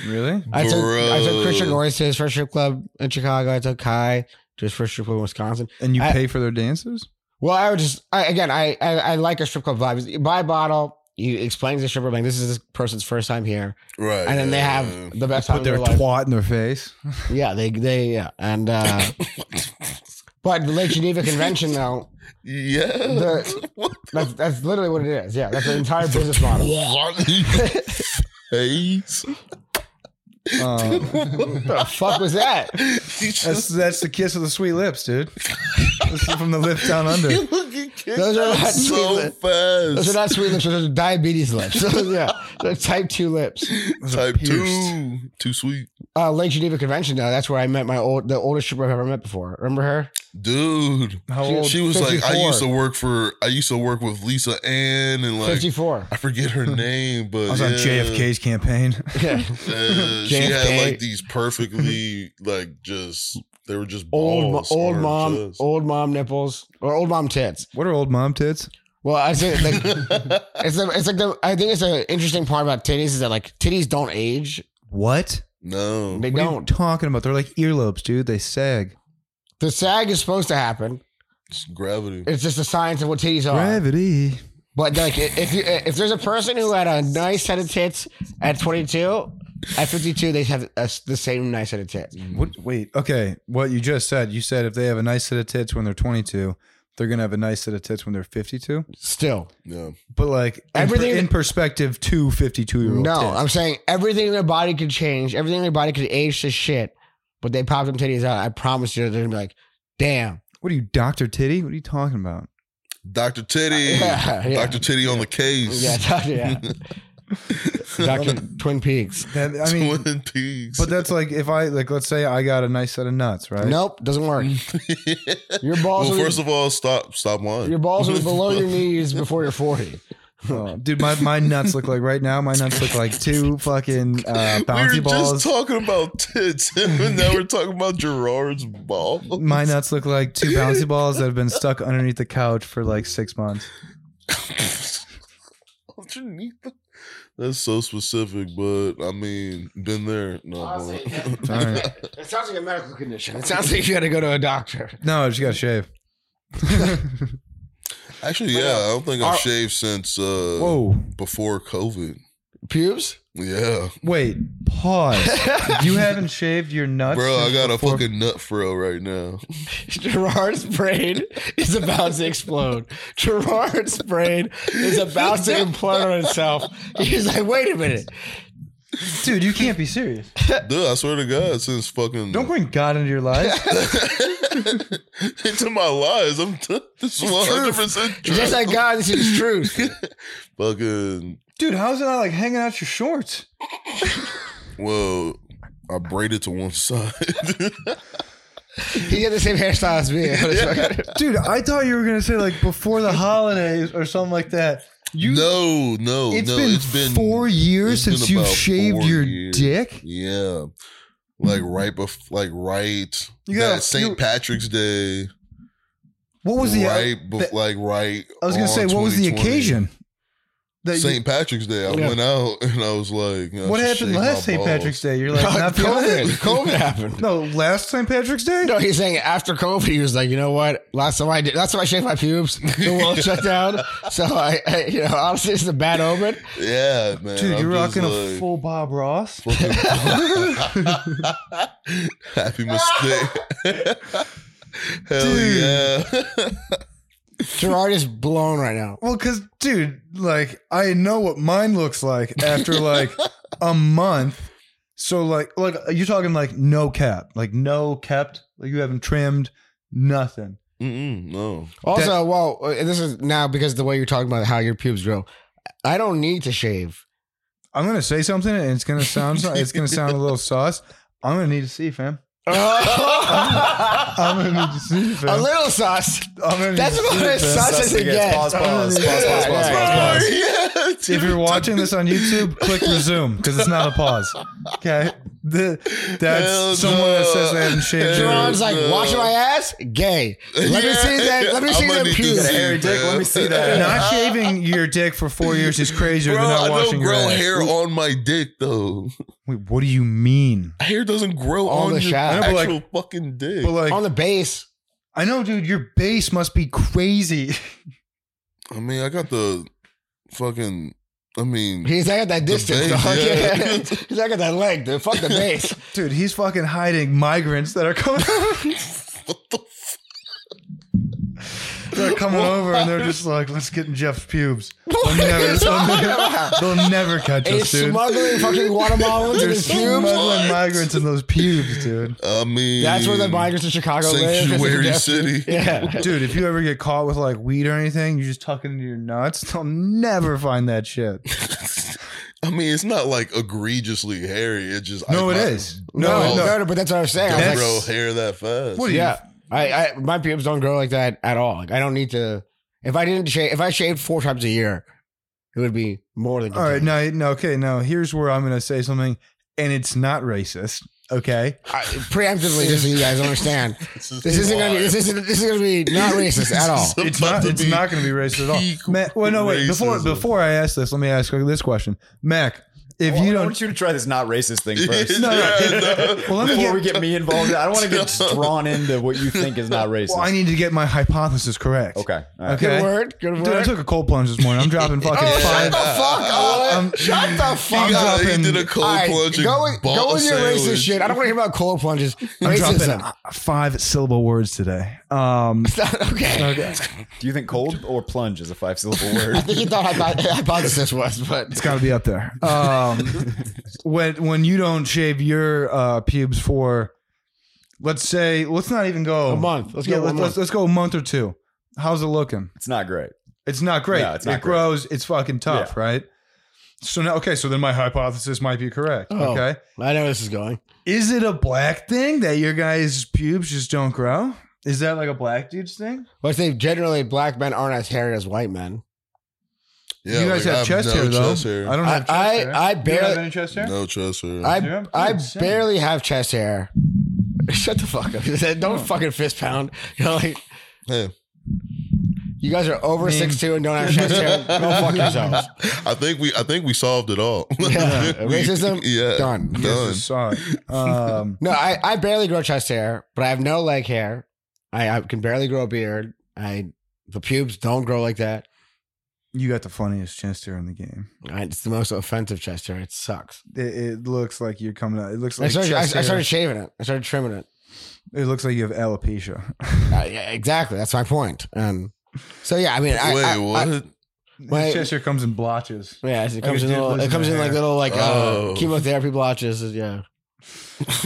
[SPEAKER 1] Really?
[SPEAKER 2] I took I took
[SPEAKER 3] Bro.
[SPEAKER 2] Christian Royce to his first strip club in Chicago. I took Kai to his first strip club in Wisconsin.
[SPEAKER 1] And you
[SPEAKER 2] I-
[SPEAKER 1] pay for their dancers?
[SPEAKER 2] Well, I would just I, again, I, I I like a strip club vibe. You buy a bottle. You explain to the stripper like this is this person's first time here,
[SPEAKER 3] right.
[SPEAKER 2] and then they
[SPEAKER 3] yeah,
[SPEAKER 2] have the best
[SPEAKER 1] Put
[SPEAKER 2] time of
[SPEAKER 1] their
[SPEAKER 2] their life.
[SPEAKER 1] twat in their
[SPEAKER 2] <laughs>
[SPEAKER 1] face.
[SPEAKER 2] Yeah, they they yeah, and
[SPEAKER 3] <laughs>
[SPEAKER 2] uh, but the Lake Geneva Convention though,
[SPEAKER 3] Yeah.
[SPEAKER 2] The-
[SPEAKER 3] <laughs> What the
[SPEAKER 2] that's that's literally what it is. Yeah, that's the entire business model.
[SPEAKER 3] What in your
[SPEAKER 2] <laughs>
[SPEAKER 3] face?
[SPEAKER 1] Um,
[SPEAKER 2] What the fuck was
[SPEAKER 3] <laughs>
[SPEAKER 2] that?
[SPEAKER 3] He
[SPEAKER 1] that's
[SPEAKER 3] just
[SPEAKER 1] that's the kiss of the sweet lips, dude. That's from the lips down under.
[SPEAKER 3] he <laughs> fucking kicked
[SPEAKER 2] Those are
[SPEAKER 3] us
[SPEAKER 2] not
[SPEAKER 3] so
[SPEAKER 2] sweet- Those are
[SPEAKER 3] fast.
[SPEAKER 2] not sweet lips. Those are diabetes lips. <laughs> yeah, they're type two lips.
[SPEAKER 1] Those are
[SPEAKER 3] Type
[SPEAKER 1] pierced.
[SPEAKER 3] two, too sweet,
[SPEAKER 2] Uh, Lake Geneva Convention though, that's where I met my old the oldest stripper I've ever met before. Remember her?
[SPEAKER 3] dude.
[SPEAKER 1] How old?
[SPEAKER 3] She was like, I
[SPEAKER 2] 54.
[SPEAKER 3] used to work for, I used to work with Lisa Ann, and like,
[SPEAKER 2] Fifty four.
[SPEAKER 3] I forget her name, but
[SPEAKER 1] I was on
[SPEAKER 3] yeah.
[SPEAKER 1] JFK's campaign.
[SPEAKER 2] Yeah. <laughs>
[SPEAKER 3] Uh, she had
[SPEAKER 2] JFK.
[SPEAKER 3] like these perfectly like just they were just
[SPEAKER 2] Old mo-
[SPEAKER 3] balls on
[SPEAKER 2] old
[SPEAKER 3] her
[SPEAKER 2] mom,
[SPEAKER 3] chest.
[SPEAKER 2] old mom nipples or old mom tits.
[SPEAKER 1] What are old mom tits?
[SPEAKER 2] Well, I say like
[SPEAKER 3] <laughs>
[SPEAKER 2] it's the, it's like the I think it's an interesting part about titties is that like titties don't age.
[SPEAKER 1] What?
[SPEAKER 3] <laughs> no,
[SPEAKER 2] They
[SPEAKER 1] What are you
[SPEAKER 2] don't.
[SPEAKER 1] talking about? They're like earlobes, dude. They sag.
[SPEAKER 2] The sag is supposed to happen.
[SPEAKER 3] it's gravity.
[SPEAKER 2] It's just a science of what
[SPEAKER 1] Uh,
[SPEAKER 2] titties are.
[SPEAKER 1] Gravity.
[SPEAKER 2] But like, i- if you if there's a person who had a nice set of tits at 22, at 52 they have a s the same nice set of tits.
[SPEAKER 1] What? Wait. Okay. What you just said. You said if they have a nice set of tits when they're 22, they're gonna have a nice set of tits when they're 52.
[SPEAKER 2] Still,
[SPEAKER 3] Yeah,
[SPEAKER 1] But like in per-
[SPEAKER 2] Everything-
[SPEAKER 1] in, perspective to 52 year old.
[SPEAKER 2] no,
[SPEAKER 1] tits.
[SPEAKER 2] I'm saying everything in their body could change. Everything in their body could age to shit. But they pop them titties out. I promise you, they're gonna be like, damn.
[SPEAKER 1] What are you, Doctor Titty? What are you talking about?
[SPEAKER 3] Doctor
[SPEAKER 2] <laughs>
[SPEAKER 3] Titty,
[SPEAKER 2] Yeah, yeah.
[SPEAKER 3] Doctor Titty on the case.
[SPEAKER 2] Yeah, Doctor, yeah. Doctor Twin Peaks.
[SPEAKER 1] <laughs> That,
[SPEAKER 3] <laughs>
[SPEAKER 1] I mean,
[SPEAKER 3] Twin Peaks.
[SPEAKER 1] but that's like if I like, let's say I got a nice set of nuts, right?
[SPEAKER 2] Nope, doesn't work. Your balls
[SPEAKER 3] <laughs> well,
[SPEAKER 2] will be-
[SPEAKER 3] first of all, stop, stop lying.
[SPEAKER 2] Your balls are
[SPEAKER 3] <laughs>
[SPEAKER 2] below your knees before you're 40.
[SPEAKER 1] Oh, <laughs> dude, my, my nuts look like right now. My nuts look like two fucking uh,
[SPEAKER 3] <laughs> We were
[SPEAKER 1] bouncy balls.
[SPEAKER 3] just talking about tits, <laughs>
[SPEAKER 1] <laughs>
[SPEAKER 3] and now we're talking about Gerard's ball.
[SPEAKER 1] my nuts look like two bouncy balls that have been stuck underneath the couch for like six months. uh,
[SPEAKER 3] <laughs> Underneath the- That's so specific, but I mean, been there. No,
[SPEAKER 2] <laughs> Honestly,
[SPEAKER 3] but-
[SPEAKER 1] All right.
[SPEAKER 2] It sounds like a medical condition. It sounds like you got to go to a doctor.
[SPEAKER 1] No, I just got to shave.
[SPEAKER 3] actually, yeah, I don't think
[SPEAKER 2] Are-
[SPEAKER 3] I've shaved since uh,
[SPEAKER 1] Whoa.
[SPEAKER 3] before COVID.
[SPEAKER 2] Pubes? <laughs>
[SPEAKER 3] Yeah,
[SPEAKER 1] Wait, pause.
[SPEAKER 3] <laughs>
[SPEAKER 1] you haven't shaved your nuts?
[SPEAKER 3] bro, I
[SPEAKER 1] since
[SPEAKER 3] got a
[SPEAKER 1] before-
[SPEAKER 3] fucking nut frill right now.
[SPEAKER 2] Gerard's brain is about to explode. Gerard's brain is about to implode on itself. He's like, wait a minute.
[SPEAKER 1] Dude, you can't be serious.
[SPEAKER 3] Dude, I swear to God, since fucking
[SPEAKER 1] Don't bring God into your life.
[SPEAKER 3] <laughs> into my lies, I'm t- <laughs> this is 100 percent true.
[SPEAKER 2] Just like God, this is truth.
[SPEAKER 3] fucking
[SPEAKER 1] Dude, how's it not like hanging out your shorts?
[SPEAKER 3] well, I braided to one <laughs> side.
[SPEAKER 2] He got the same hairstyle as <laughs> me.
[SPEAKER 1] Dude, I thought you were going to say like before the holidays or something like that. You
[SPEAKER 3] no, no,
[SPEAKER 1] It's
[SPEAKER 3] Oh, no.
[SPEAKER 1] been
[SPEAKER 3] it's been
[SPEAKER 1] four years
[SPEAKER 3] it's been
[SPEAKER 1] since you've
[SPEAKER 3] about
[SPEAKER 1] shaved
[SPEAKER 3] four
[SPEAKER 1] your
[SPEAKER 3] years.
[SPEAKER 1] dick.
[SPEAKER 3] Yeah, like right bef- like right.
[SPEAKER 1] Mm. You got a
[SPEAKER 3] that St.
[SPEAKER 1] few-
[SPEAKER 3] Patrick's Day.
[SPEAKER 1] What was the? uh,
[SPEAKER 3] right? bef- like right.
[SPEAKER 1] I was gonna
[SPEAKER 3] on
[SPEAKER 1] say, what was the
[SPEAKER 3] 2020.
[SPEAKER 1] occasion? That you,
[SPEAKER 3] St. Patrick's Day. I
[SPEAKER 2] Yeah.
[SPEAKER 3] went out <laughs> and I was like, you know,
[SPEAKER 1] what
[SPEAKER 3] I should
[SPEAKER 1] happened
[SPEAKER 3] shave
[SPEAKER 1] last
[SPEAKER 3] my
[SPEAKER 1] St.
[SPEAKER 3] balls.
[SPEAKER 1] Patrick's Day?
[SPEAKER 3] <laughs>
[SPEAKER 1] You're like not feeling
[SPEAKER 2] COVID.
[SPEAKER 1] it.
[SPEAKER 2] COVID happened.
[SPEAKER 1] No, last St. Patrick's Day.
[SPEAKER 2] No, he's saying after COVID, he was like, you know what? Last time I did, last time I shaved my pubes, the world shut <laughs> down. So I, I you know, honestly, it's a bad omen.
[SPEAKER 3] Yeah, man.
[SPEAKER 1] Dude,
[SPEAKER 3] I'm
[SPEAKER 1] you're
[SPEAKER 3] just
[SPEAKER 1] rocking a
[SPEAKER 3] like,
[SPEAKER 1] full Bob Ross.
[SPEAKER 3] <laughs> Happy mistake. <laughs> Hell
[SPEAKER 1] Ah! Dude.
[SPEAKER 3] yeah.
[SPEAKER 2] Gerard is blown right now.
[SPEAKER 1] Well, because
[SPEAKER 3] <laughs>
[SPEAKER 1] dude, like I know what mine looks like after like a month So like like you're talking like no cap, like no kept, like you haven't trimmed nothing.
[SPEAKER 3] Mm-mm, no.
[SPEAKER 2] Also, well, uh, this is now because the way you're talking about how your pubes grow. I don't need to shave. <laughs>
[SPEAKER 1] I'm gonna say something and it's gonna sound so- it's gonna sound a
[SPEAKER 3] <laughs>
[SPEAKER 1] little sauce. I'm gonna need to see, fam. I'm gonna need to
[SPEAKER 3] <laughs>
[SPEAKER 1] see, fam.
[SPEAKER 2] A little sauce.
[SPEAKER 1] I'm gonna need
[SPEAKER 2] That's
[SPEAKER 1] to see,
[SPEAKER 2] about as
[SPEAKER 1] fam.
[SPEAKER 2] sauce as
[SPEAKER 4] Sus
[SPEAKER 2] it
[SPEAKER 4] again.
[SPEAKER 2] gets.
[SPEAKER 4] Pause, pause, pause, pause,
[SPEAKER 2] Yeah,
[SPEAKER 3] <laughs>
[SPEAKER 4] pause,
[SPEAKER 2] yeah.
[SPEAKER 4] pause, pause.
[SPEAKER 3] Yeah,
[SPEAKER 1] If you're watching this on YouTube, click resume because it's not a pause. Okay, The- that's
[SPEAKER 3] Hell
[SPEAKER 1] someone
[SPEAKER 3] no.
[SPEAKER 1] that says they haven't shaved.
[SPEAKER 3] Hell
[SPEAKER 1] their-
[SPEAKER 2] Ron's like,
[SPEAKER 3] Yeah.
[SPEAKER 2] washing my ass? Gay. Let me
[SPEAKER 3] Yeah.
[SPEAKER 2] see that. Let me
[SPEAKER 3] I'm
[SPEAKER 2] see
[SPEAKER 3] gonna
[SPEAKER 2] them
[SPEAKER 3] need to
[SPEAKER 2] pubes.
[SPEAKER 4] That hairy dick, let me see that.
[SPEAKER 1] Not shaving your dick for four years is crazier
[SPEAKER 3] Bro,
[SPEAKER 1] than
[SPEAKER 3] I
[SPEAKER 1] not
[SPEAKER 3] don't
[SPEAKER 1] washing your
[SPEAKER 3] grow
[SPEAKER 1] ass.
[SPEAKER 3] hair on my dick though.
[SPEAKER 1] Wait, what do you mean?
[SPEAKER 3] Hair doesn't grow
[SPEAKER 2] On
[SPEAKER 3] on,
[SPEAKER 2] the
[SPEAKER 3] your
[SPEAKER 2] shaft.
[SPEAKER 1] I know, but
[SPEAKER 3] actual fucking dick.
[SPEAKER 1] But like,
[SPEAKER 2] On the base.
[SPEAKER 1] I know, dude, your base must be crazy. <laughs>
[SPEAKER 3] I mean, I got the fucking. I mean,
[SPEAKER 2] He's not got that distance,
[SPEAKER 3] base,
[SPEAKER 2] dog. <laughs>
[SPEAKER 3] yeah.
[SPEAKER 2] Yeah. He's not got that leg, dude. Fuck the base.
[SPEAKER 1] Dude, he's fucking hiding migrants that are coming
[SPEAKER 3] what the fuck?
[SPEAKER 1] they're coming over and they're just like, let's get in Jeff's pubes. They'll never,
[SPEAKER 3] <laughs>
[SPEAKER 1] they'll,
[SPEAKER 2] <laughs>
[SPEAKER 1] never, they'll never catch
[SPEAKER 2] He's
[SPEAKER 1] us, dude.
[SPEAKER 2] smuggling fucking watermelons in
[SPEAKER 1] They're
[SPEAKER 2] his pubes.
[SPEAKER 1] smuggling migrants in those pubes, dude.
[SPEAKER 3] I mean,
[SPEAKER 2] That's where the migrants in Chicago live. 'cause <laughs>
[SPEAKER 3] sanctuary
[SPEAKER 2] it's
[SPEAKER 3] city.
[SPEAKER 2] a- Yeah.
[SPEAKER 1] Dude, if you ever get caught with like weed or anything, you just tuck it into your nuts. They'll never find that shit.
[SPEAKER 3] I mean, it's not like egregiously hairy. It just
[SPEAKER 1] No,
[SPEAKER 3] I,
[SPEAKER 1] it
[SPEAKER 3] my-
[SPEAKER 1] is.
[SPEAKER 2] No,
[SPEAKER 1] No,
[SPEAKER 2] no,
[SPEAKER 1] no.
[SPEAKER 2] no, but that's what I was saying. I
[SPEAKER 3] Don't
[SPEAKER 2] was
[SPEAKER 1] That's-
[SPEAKER 3] grow hair that fast.
[SPEAKER 1] What
[SPEAKER 2] like,
[SPEAKER 1] do you-
[SPEAKER 2] yeah. I, I, my pubes don't grow like that at all. Like, I don't need to. If I didn't shave, if I shaved four times a year, it would be more than.
[SPEAKER 1] All right, now, no, okay, now here's where I'm gonna say something, and it's not racist, okay?
[SPEAKER 2] I, preemptively, just so you guys understand,
[SPEAKER 3] This, is <laughs>
[SPEAKER 2] this isn't gonna be.
[SPEAKER 3] wild.
[SPEAKER 2] This isn't. This is gonna be not racist at all.
[SPEAKER 3] <laughs> It's
[SPEAKER 1] It's
[SPEAKER 3] about
[SPEAKER 1] not.
[SPEAKER 3] to
[SPEAKER 1] It's
[SPEAKER 3] be
[SPEAKER 1] not going to be racist at
[SPEAKER 3] peak
[SPEAKER 1] all. Ma- well, no, wait. Before
[SPEAKER 3] racism.
[SPEAKER 1] before I ask this, let me ask this question, Mac. If
[SPEAKER 4] Well,
[SPEAKER 1] you
[SPEAKER 4] I
[SPEAKER 1] don't,
[SPEAKER 4] want you <laughs> to try this not racist thing
[SPEAKER 1] <laughs>
[SPEAKER 4] first.
[SPEAKER 1] No, no.
[SPEAKER 3] Yeah, no.
[SPEAKER 1] <laughs> well, let me
[SPEAKER 4] Before
[SPEAKER 1] get.
[SPEAKER 4] we get me involved, I
[SPEAKER 1] <laughs>
[SPEAKER 4] don't want to get drawn into what you think is not racist.
[SPEAKER 1] well, I need to get my hypothesis correct.
[SPEAKER 4] okay. all right.
[SPEAKER 2] Good
[SPEAKER 1] Okay.
[SPEAKER 2] word. Good word.
[SPEAKER 1] Dude, I took a cold plunge this morning. I'm dropping fucking
[SPEAKER 2] oh, shut
[SPEAKER 1] five.
[SPEAKER 2] the fuck up!
[SPEAKER 1] Um,
[SPEAKER 2] shut the fuck
[SPEAKER 3] He,
[SPEAKER 1] I'm
[SPEAKER 3] got,
[SPEAKER 2] up!
[SPEAKER 3] he
[SPEAKER 1] dropping-
[SPEAKER 3] did a cold
[SPEAKER 2] All right,
[SPEAKER 3] plunge. and
[SPEAKER 2] go with,
[SPEAKER 3] bought
[SPEAKER 2] go
[SPEAKER 3] a
[SPEAKER 2] with your
[SPEAKER 3] sandwich.
[SPEAKER 2] racist shit. I don't want to hear about cold plunges.
[SPEAKER 1] I'm dropping
[SPEAKER 2] <laughs> Racism.
[SPEAKER 1] uh, five syllable words today. Um,
[SPEAKER 2] okay.
[SPEAKER 1] okay.
[SPEAKER 4] Do you think cold or plunge is a five syllable
[SPEAKER 2] I
[SPEAKER 4] word? <laughs>
[SPEAKER 2] think you thought hypo- hypothesis was,
[SPEAKER 1] It's
[SPEAKER 2] but
[SPEAKER 1] got to be up there. Um, when when you don't shave your uh, pubes for, let's say, let's not even go
[SPEAKER 2] A month. Let's
[SPEAKER 1] Yeah,
[SPEAKER 2] go one
[SPEAKER 1] let's, let's,
[SPEAKER 2] month.
[SPEAKER 1] let's go a month or two. How's it looking?
[SPEAKER 4] It's not great.
[SPEAKER 1] It's not great.
[SPEAKER 4] No, it's not
[SPEAKER 1] it
[SPEAKER 4] great.
[SPEAKER 1] grows. It's fucking tough,
[SPEAKER 4] Yeah.
[SPEAKER 1] right? So now, okay, so then my hypothesis might be correct.
[SPEAKER 2] Oh.
[SPEAKER 1] Okay,
[SPEAKER 2] I know where this is going.
[SPEAKER 1] is it a black thing that your guys' pubes just don't grow? Is that like a black dude's thing?
[SPEAKER 2] Well, I say generally black men aren't as hairy as white men.
[SPEAKER 3] Yeah,
[SPEAKER 1] you guys
[SPEAKER 3] like, I
[SPEAKER 1] have chest
[SPEAKER 3] no
[SPEAKER 1] hair though.
[SPEAKER 3] Chest hair.
[SPEAKER 1] I don't
[SPEAKER 2] I
[SPEAKER 1] have chest
[SPEAKER 2] I,
[SPEAKER 1] hair.
[SPEAKER 2] I
[SPEAKER 1] You don't have
[SPEAKER 2] barely
[SPEAKER 1] any chest hair.
[SPEAKER 3] no chest hair.
[SPEAKER 2] I
[SPEAKER 1] Yeah,
[SPEAKER 2] I
[SPEAKER 1] dude, same.
[SPEAKER 2] barely have chest hair. <laughs> Shut the fuck up! <laughs> Don't fucking fist pound. <laughs> You're like
[SPEAKER 3] Hey.
[SPEAKER 2] you guys are over
[SPEAKER 1] Mean.
[SPEAKER 2] six two and don't have chest hair. <laughs> Go fuck yourselves.
[SPEAKER 3] I think we I think we solved it all.
[SPEAKER 2] Yeah.
[SPEAKER 3] <laughs> We-
[SPEAKER 2] Racism
[SPEAKER 3] <laughs> Yeah.
[SPEAKER 2] done.
[SPEAKER 1] You guys
[SPEAKER 3] Done.
[SPEAKER 1] just saw
[SPEAKER 3] <laughs>
[SPEAKER 1] it. Um,
[SPEAKER 2] No, I, I barely grow chest hair, but I have no leg hair. I, I can barely grow a beard. I the pubes don't grow like that.
[SPEAKER 1] you got the funniest chest hair in the game.
[SPEAKER 2] I, it's the most offensive chest hair. It sucks.
[SPEAKER 1] It, it looks like you're coming out. It looks
[SPEAKER 2] I
[SPEAKER 1] like
[SPEAKER 2] started I,
[SPEAKER 1] chest
[SPEAKER 2] I
[SPEAKER 1] hair.
[SPEAKER 2] started shaving it. I started trimming it.
[SPEAKER 1] it looks like you have
[SPEAKER 2] <laughs>
[SPEAKER 1] alopecia.
[SPEAKER 2] Uh, yeah, exactly. That's my point. And so yeah, I mean, I,
[SPEAKER 3] Wait,
[SPEAKER 2] I-
[SPEAKER 3] what?
[SPEAKER 2] I- My-
[SPEAKER 1] chest hair comes in
[SPEAKER 2] <laughs>
[SPEAKER 1] blotches.
[SPEAKER 2] yeah, it
[SPEAKER 1] Like
[SPEAKER 2] comes
[SPEAKER 1] a
[SPEAKER 2] in
[SPEAKER 1] dude
[SPEAKER 2] little. It
[SPEAKER 1] losing
[SPEAKER 2] comes in
[SPEAKER 1] their
[SPEAKER 2] like
[SPEAKER 1] hair.
[SPEAKER 2] little like
[SPEAKER 3] Oh.
[SPEAKER 2] uh, chemotherapy blotches. Yeah.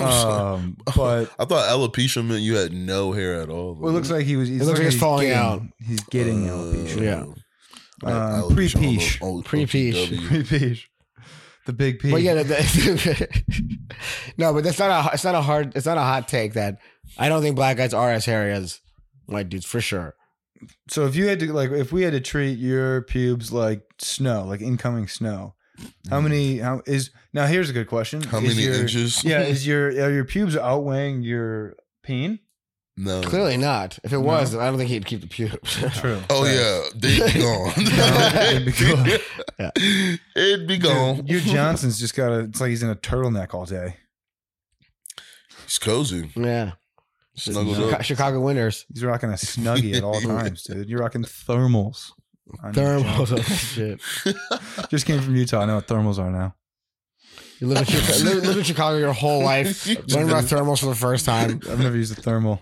[SPEAKER 1] Um, but
[SPEAKER 3] I thought alopecia meant you had no hair at all.
[SPEAKER 1] Well, it looks like he was. It
[SPEAKER 2] looks like it's falling
[SPEAKER 1] getting,
[SPEAKER 2] out.
[SPEAKER 1] He's getting
[SPEAKER 3] Uh,
[SPEAKER 1] alopecia. <laughs>
[SPEAKER 2] Yeah.
[SPEAKER 1] Uh,
[SPEAKER 3] Alopecia
[SPEAKER 1] pre-peach.
[SPEAKER 3] all o- o-
[SPEAKER 2] Pre-peach. <laughs>
[SPEAKER 3] OPW.
[SPEAKER 1] Pre-peach. The big peach.
[SPEAKER 2] But yeah, the, the- <laughs> no, but that's not a. It's not a hard. It's not a hot take that I don't think black guys are as hairy as white dudes for sure.
[SPEAKER 1] so if you had to like, if we had to treat your pubes like snow, like incoming snow, how many? How is now? Here's a good question.
[SPEAKER 3] How
[SPEAKER 1] Is
[SPEAKER 3] many
[SPEAKER 1] your-
[SPEAKER 3] inches?
[SPEAKER 1] Yeah,
[SPEAKER 3] <laughs>
[SPEAKER 1] is your are your pubes outweighing your peen?
[SPEAKER 3] No.
[SPEAKER 2] Clearly not. If it was, then I don't think he'd keep the pubes. <laughs>
[SPEAKER 1] True.
[SPEAKER 3] Oh yeah, they'd be gone.
[SPEAKER 1] They'd be gone.
[SPEAKER 3] <laughs> It'd be gone. <laughs>
[SPEAKER 1] Dude, your Johnson's just got a. It's like he's in a turtleneck all day.
[SPEAKER 3] It's cozy.
[SPEAKER 2] yeah.
[SPEAKER 3] Snuggled
[SPEAKER 2] Chica- <laughs>
[SPEAKER 3] up.
[SPEAKER 2] Chicago winners.
[SPEAKER 1] He's rocking a snuggie at
[SPEAKER 3] <laughs>
[SPEAKER 1] all times, dude. You're rocking thermals. on your
[SPEAKER 2] Thermals.
[SPEAKER 1] Johnson.
[SPEAKER 2] Oh, <laughs> shit.
[SPEAKER 1] Just came from Utah. I know what thermals are now.
[SPEAKER 2] You live in,
[SPEAKER 3] <laughs>
[SPEAKER 2] Chicago, live, live in Chicago your whole life. Learn about thermals for the first time.
[SPEAKER 1] I've never used a thermal.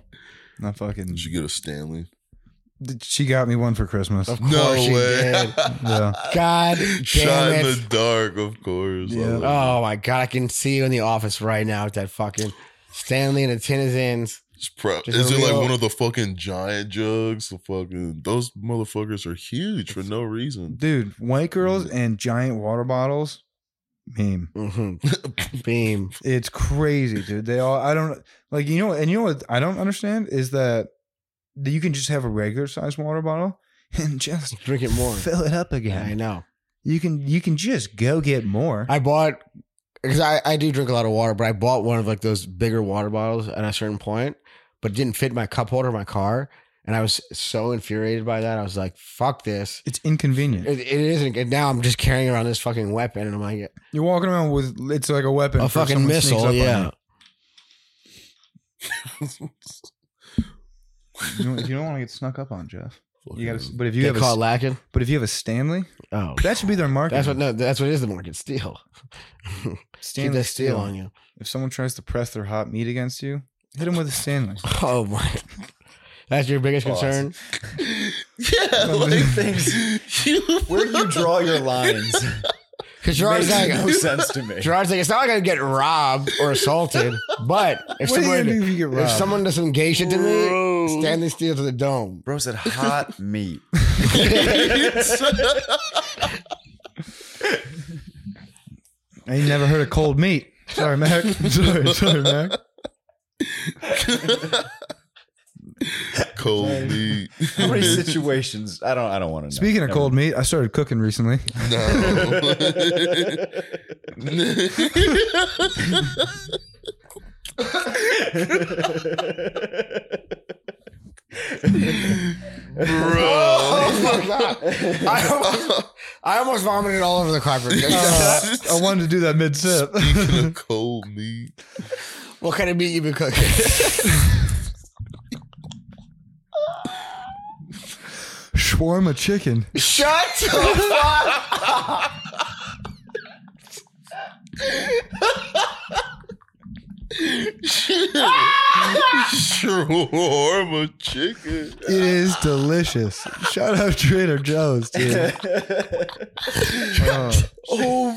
[SPEAKER 1] Not fucking.
[SPEAKER 3] Did you get a Stanley?
[SPEAKER 1] She got me one for Christmas.
[SPEAKER 2] Of
[SPEAKER 3] No
[SPEAKER 2] course you
[SPEAKER 3] way.
[SPEAKER 2] Oh, did.
[SPEAKER 3] <laughs>
[SPEAKER 1] Yeah.
[SPEAKER 2] God
[SPEAKER 3] Shot
[SPEAKER 2] damn
[SPEAKER 3] in
[SPEAKER 2] it.
[SPEAKER 3] the dark, of course. I
[SPEAKER 1] Yeah.
[SPEAKER 3] love it.
[SPEAKER 2] Oh my god, I can see you in the office right now with that fucking Stanley and the Tennizens.
[SPEAKER 3] It's pro-
[SPEAKER 2] Just
[SPEAKER 3] is
[SPEAKER 2] a
[SPEAKER 3] it like
[SPEAKER 2] real-
[SPEAKER 3] one of the fucking giant jugs? The fucking those motherfuckers are huge for no
[SPEAKER 2] <laughs>
[SPEAKER 3] reason.
[SPEAKER 1] Dude, white girls
[SPEAKER 2] Mm.
[SPEAKER 1] and giant water bottles. Meme.
[SPEAKER 2] Mm-hmm.
[SPEAKER 3] <laughs>
[SPEAKER 2] Beam.
[SPEAKER 1] It's crazy, dude. They all I don't like you know and you know what I don't understand is that that you can just have a regular sized water bottle <laughs> and just
[SPEAKER 2] Drink it
[SPEAKER 3] <laughs>
[SPEAKER 2] more.
[SPEAKER 1] Fill it up
[SPEAKER 2] Yeah, I
[SPEAKER 1] again.
[SPEAKER 2] know.
[SPEAKER 1] You can you can just go get more.
[SPEAKER 2] I bought because I, I do drink a lot of water, but I bought one of like those bigger water bottles at a certain point, but it didn't fit my cup holder in my car. And I was so infuriated by that. I was like, fuck this.
[SPEAKER 1] it's inconvenient.
[SPEAKER 2] It, it isn't. And now I'm just carrying around this fucking weapon. And I'm like,
[SPEAKER 1] You're walking around with it's like a weapon.
[SPEAKER 2] a
[SPEAKER 1] for if
[SPEAKER 2] fucking
[SPEAKER 1] someone sneaks up
[SPEAKER 2] missile.
[SPEAKER 1] on
[SPEAKER 2] Yeah.
[SPEAKER 1] You, you don't, you don't want to get snuck up on, Jeff. You gotta,
[SPEAKER 3] <laughs> Fucking-
[SPEAKER 1] but if you
[SPEAKER 2] You
[SPEAKER 1] have
[SPEAKER 2] get
[SPEAKER 1] a,
[SPEAKER 2] caught lacking.
[SPEAKER 1] but if you have a Stanley,
[SPEAKER 2] Oh.
[SPEAKER 1] that should be their market.
[SPEAKER 2] That's what no, that's what it is the market steel. Keep
[SPEAKER 1] Stanley
[SPEAKER 2] that steel on you.
[SPEAKER 1] If someone tries to press their hot meat against you, hit them with a Stanley.
[SPEAKER 2] Oh my! That's your biggest
[SPEAKER 4] Pause.
[SPEAKER 2] concern.
[SPEAKER 3] yeah, like <laughs> things. You,
[SPEAKER 4] Where do you draw your <laughs> lines?
[SPEAKER 2] Because Gerard's
[SPEAKER 4] Makes no
[SPEAKER 2] like,
[SPEAKER 4] sense to
[SPEAKER 2] <laughs>
[SPEAKER 4] me.
[SPEAKER 2] Gerard's like, it's not like I get robbed or assaulted, but if
[SPEAKER 1] what are you
[SPEAKER 2] someone
[SPEAKER 1] gonna do if you get
[SPEAKER 2] if
[SPEAKER 1] robbed?
[SPEAKER 2] someone does some gay shit to me,
[SPEAKER 3] Bro.
[SPEAKER 2] Stanley Steel to the dome. <laughs>
[SPEAKER 4] Bro said hot meat.
[SPEAKER 1] I ain't never heard of cold meat. Sorry,
[SPEAKER 3] <laughs>
[SPEAKER 1] Mac. <laughs> sorry, sorry, Mac.
[SPEAKER 3] cold
[SPEAKER 2] <laughs>
[SPEAKER 3] meat.
[SPEAKER 4] How many situations? I don't. I don't want to know.
[SPEAKER 1] Speaking of
[SPEAKER 4] Never
[SPEAKER 1] cold meat, I started cooking recently.
[SPEAKER 3] No. <laughs>
[SPEAKER 2] <laughs>
[SPEAKER 3] Bro.
[SPEAKER 2] Oh my god! I almost, I almost vomited all over
[SPEAKER 1] <laughs>
[SPEAKER 2] the carpet.
[SPEAKER 1] Uh, I wanted to do that mid sip.
[SPEAKER 3] Speaking of cold meat.
[SPEAKER 2] what kind of meat you been cooking? <laughs>
[SPEAKER 1] Shawarma chicken.
[SPEAKER 2] Shut the fuck!
[SPEAKER 3] Shawarma chicken.
[SPEAKER 1] It is delicious. Shout out Trader Joe's,
[SPEAKER 3] <laughs>
[SPEAKER 1] dude. Oh,
[SPEAKER 3] Oh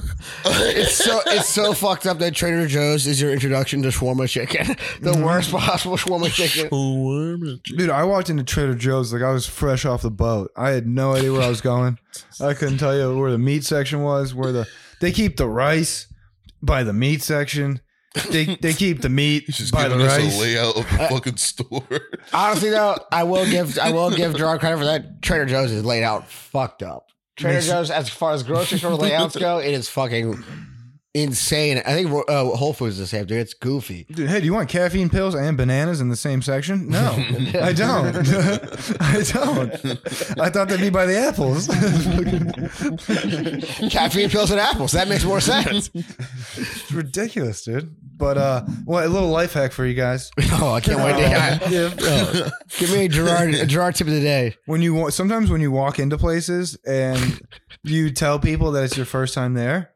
[SPEAKER 3] fuck!
[SPEAKER 2] It's so it's so fucked up that Trader Joe's is your introduction to shawarma chicken, <laughs> the worst possible shawarma chicken.
[SPEAKER 3] Shawarma chicken.
[SPEAKER 1] dude, I walked into Trader Joe's like I was fresh off the boat. I had no idea where I was going. I couldn't tell you where the meat section was. Where the they keep the rice by the meat section. They they keep the meat
[SPEAKER 3] He's just
[SPEAKER 1] by the
[SPEAKER 3] giving us
[SPEAKER 1] rice.
[SPEAKER 3] a layout of the fucking store.
[SPEAKER 2] Honestly though, I will give I will give Gerard credit for that. Trader Joe's is laid out fucked up. Trader
[SPEAKER 1] Makes-
[SPEAKER 2] Joe's, as far as grocery store layouts go, it is fucking insane. I think uh, Whole Foods is the same, dude. It's goofy.
[SPEAKER 1] Dude, hey, do you want caffeine pills and bananas in the same section? No, I don't. <laughs> I don't. I thought that'd be by the apples. <laughs>
[SPEAKER 2] Caffeine pills and apples. That makes more sense. <laughs>
[SPEAKER 1] it's ridiculous, dude. But uh, well, a little life hack for you guys.
[SPEAKER 2] oh, I can't wait to
[SPEAKER 1] Uh,
[SPEAKER 2] hear.
[SPEAKER 1] yeah.
[SPEAKER 2] Oh. Give me a Gerard a Gerard tip of the day.
[SPEAKER 1] when you wa- sometimes when you walk into places and you tell people that it's your first time there,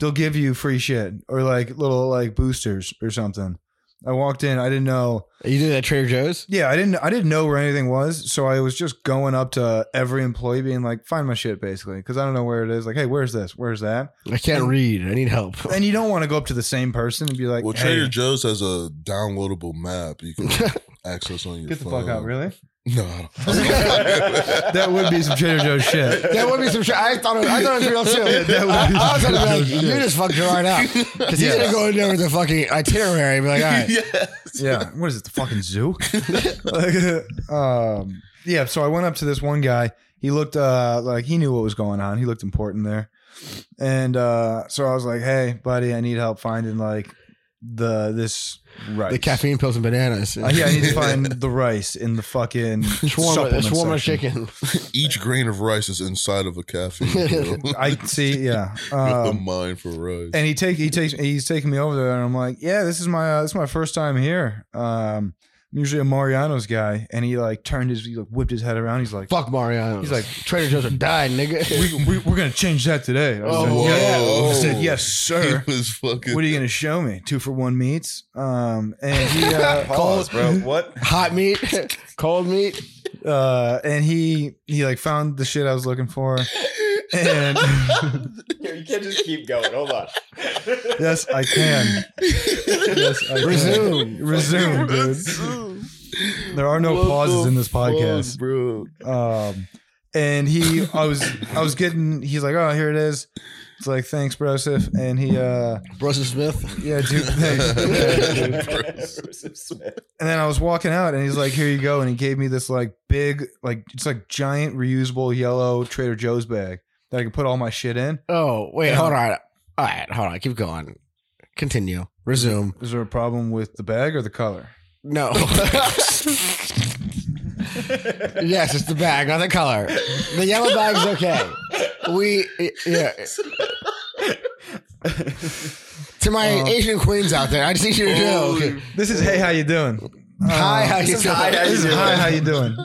[SPEAKER 1] they'll give you free shit or like little like boosters or something. I walked in, I didn't know.
[SPEAKER 2] You did that at Trader Joe's?
[SPEAKER 1] Yeah, I didn't I didn't know where anything was, so I was just going up to every employee being like, "Find my shit," basically, because I don't know where it is. Like, hey, where's this? Where's that?
[SPEAKER 2] I can't read. I need help.
[SPEAKER 1] And you don't want to go up to the same person and be like,
[SPEAKER 3] Well,
[SPEAKER 1] "Hey,
[SPEAKER 3] Trader Joe's has a downloadable map
[SPEAKER 1] <laughs>
[SPEAKER 3] you can access on your
[SPEAKER 1] get the
[SPEAKER 3] phone.
[SPEAKER 1] fuck out!" Really?
[SPEAKER 3] No. <laughs> I
[SPEAKER 1] That would be some Trader
[SPEAKER 3] <laughs>
[SPEAKER 1] Joe's shit.
[SPEAKER 2] That would be some shit. I thought it, I thought it was real too.
[SPEAKER 1] that would
[SPEAKER 2] I,
[SPEAKER 1] be
[SPEAKER 2] I was gonna be
[SPEAKER 1] some
[SPEAKER 2] like,
[SPEAKER 1] shit.
[SPEAKER 2] you just fucked
[SPEAKER 1] <laughs>
[SPEAKER 2] Gerard up because he's
[SPEAKER 1] Yeah.
[SPEAKER 2] gonna go in there with the fucking itinerary and be like, all right,
[SPEAKER 3] don't know.
[SPEAKER 1] yeah. What is it? The fucking zoo? <laughs> Like, um, yeah. So I went up to this one guy. He looked uh, like he knew what was going on. He looked important there. And uh, so I was like, "Hey, buddy, I need help finding like the this rice.
[SPEAKER 2] the caffeine pills and bananas.
[SPEAKER 1] Uh, yeah, I need
[SPEAKER 3] <laughs>
[SPEAKER 1] to find the rice in the fucking
[SPEAKER 2] Shawarma,
[SPEAKER 1] supplement
[SPEAKER 2] shawarma
[SPEAKER 1] section.
[SPEAKER 2] chicken. <laughs>
[SPEAKER 3] Each grain of rice is inside of
[SPEAKER 1] <laughs>
[SPEAKER 3] a caffeine pill. <laughs>
[SPEAKER 1] I see. Yeah.
[SPEAKER 3] With the
[SPEAKER 1] Um,
[SPEAKER 3] mind for rice.
[SPEAKER 1] and he take he takes he's taking me over there, and I'm like, yeah, this is my uh, this is my first time here. Um, I'm usually a Mariano's guy, and he like turned his he like whipped his head around. He's like,
[SPEAKER 2] Fuck Mariano.
[SPEAKER 1] He's like-
[SPEAKER 2] Trader Joe's are dying,
[SPEAKER 1] <laughs>
[SPEAKER 2] nigga.
[SPEAKER 1] we, we, we're gonna change that today. I
[SPEAKER 2] Oh,
[SPEAKER 1] said, "Yes."
[SPEAKER 3] whoa.
[SPEAKER 1] I said, yes, sir.
[SPEAKER 3] He was fucking.
[SPEAKER 1] What are you gonna show me? Two for one meats. Um, and he uh, <laughs>
[SPEAKER 4] Pause, bro. What? <laughs>
[SPEAKER 2] Hot meat, cold meat.
[SPEAKER 1] Uh, and he he like found the shit I was looking for.
[SPEAKER 3] <laughs>
[SPEAKER 1] And <laughs>
[SPEAKER 4] you can't just keep going. Hold on.
[SPEAKER 1] yes, I can. Yes, I can.
[SPEAKER 2] Resume.
[SPEAKER 1] Resume, dude. <laughs>
[SPEAKER 3] <laughs>
[SPEAKER 1] There are no
[SPEAKER 3] What the
[SPEAKER 1] pauses in this
[SPEAKER 3] fuck,
[SPEAKER 1] podcast.
[SPEAKER 3] bro.
[SPEAKER 1] Um, and he, I was, I was getting. He's like, "Oh, here it is." It's like, "Thanks, Broseph." And he, uh,
[SPEAKER 2] Broseph Smith.
[SPEAKER 1] yeah, dude, <laughs> thanks. And then I was walking out, and he's like, "Here you go." And he gave me this like big, like it's like giant reusable yellow Trader Joe's bag that I can put all my shit in.
[SPEAKER 2] Oh wait,
[SPEAKER 1] Yeah.
[SPEAKER 2] hold on. All right, hold on. Keep going. Continue. Resume.
[SPEAKER 1] Is there a problem with the bag or the color? <laughs>
[SPEAKER 2] No. <laughs> yes, it's the bag, not the color. The yellow bag's okay. We yeah. to my
[SPEAKER 1] Uh,
[SPEAKER 2] Asian queens out there, I just need you to know.
[SPEAKER 1] This is hey, how you doing?
[SPEAKER 2] Hi, how you
[SPEAKER 1] this is
[SPEAKER 2] doing? <laughs>
[SPEAKER 1] Hi, how you doing?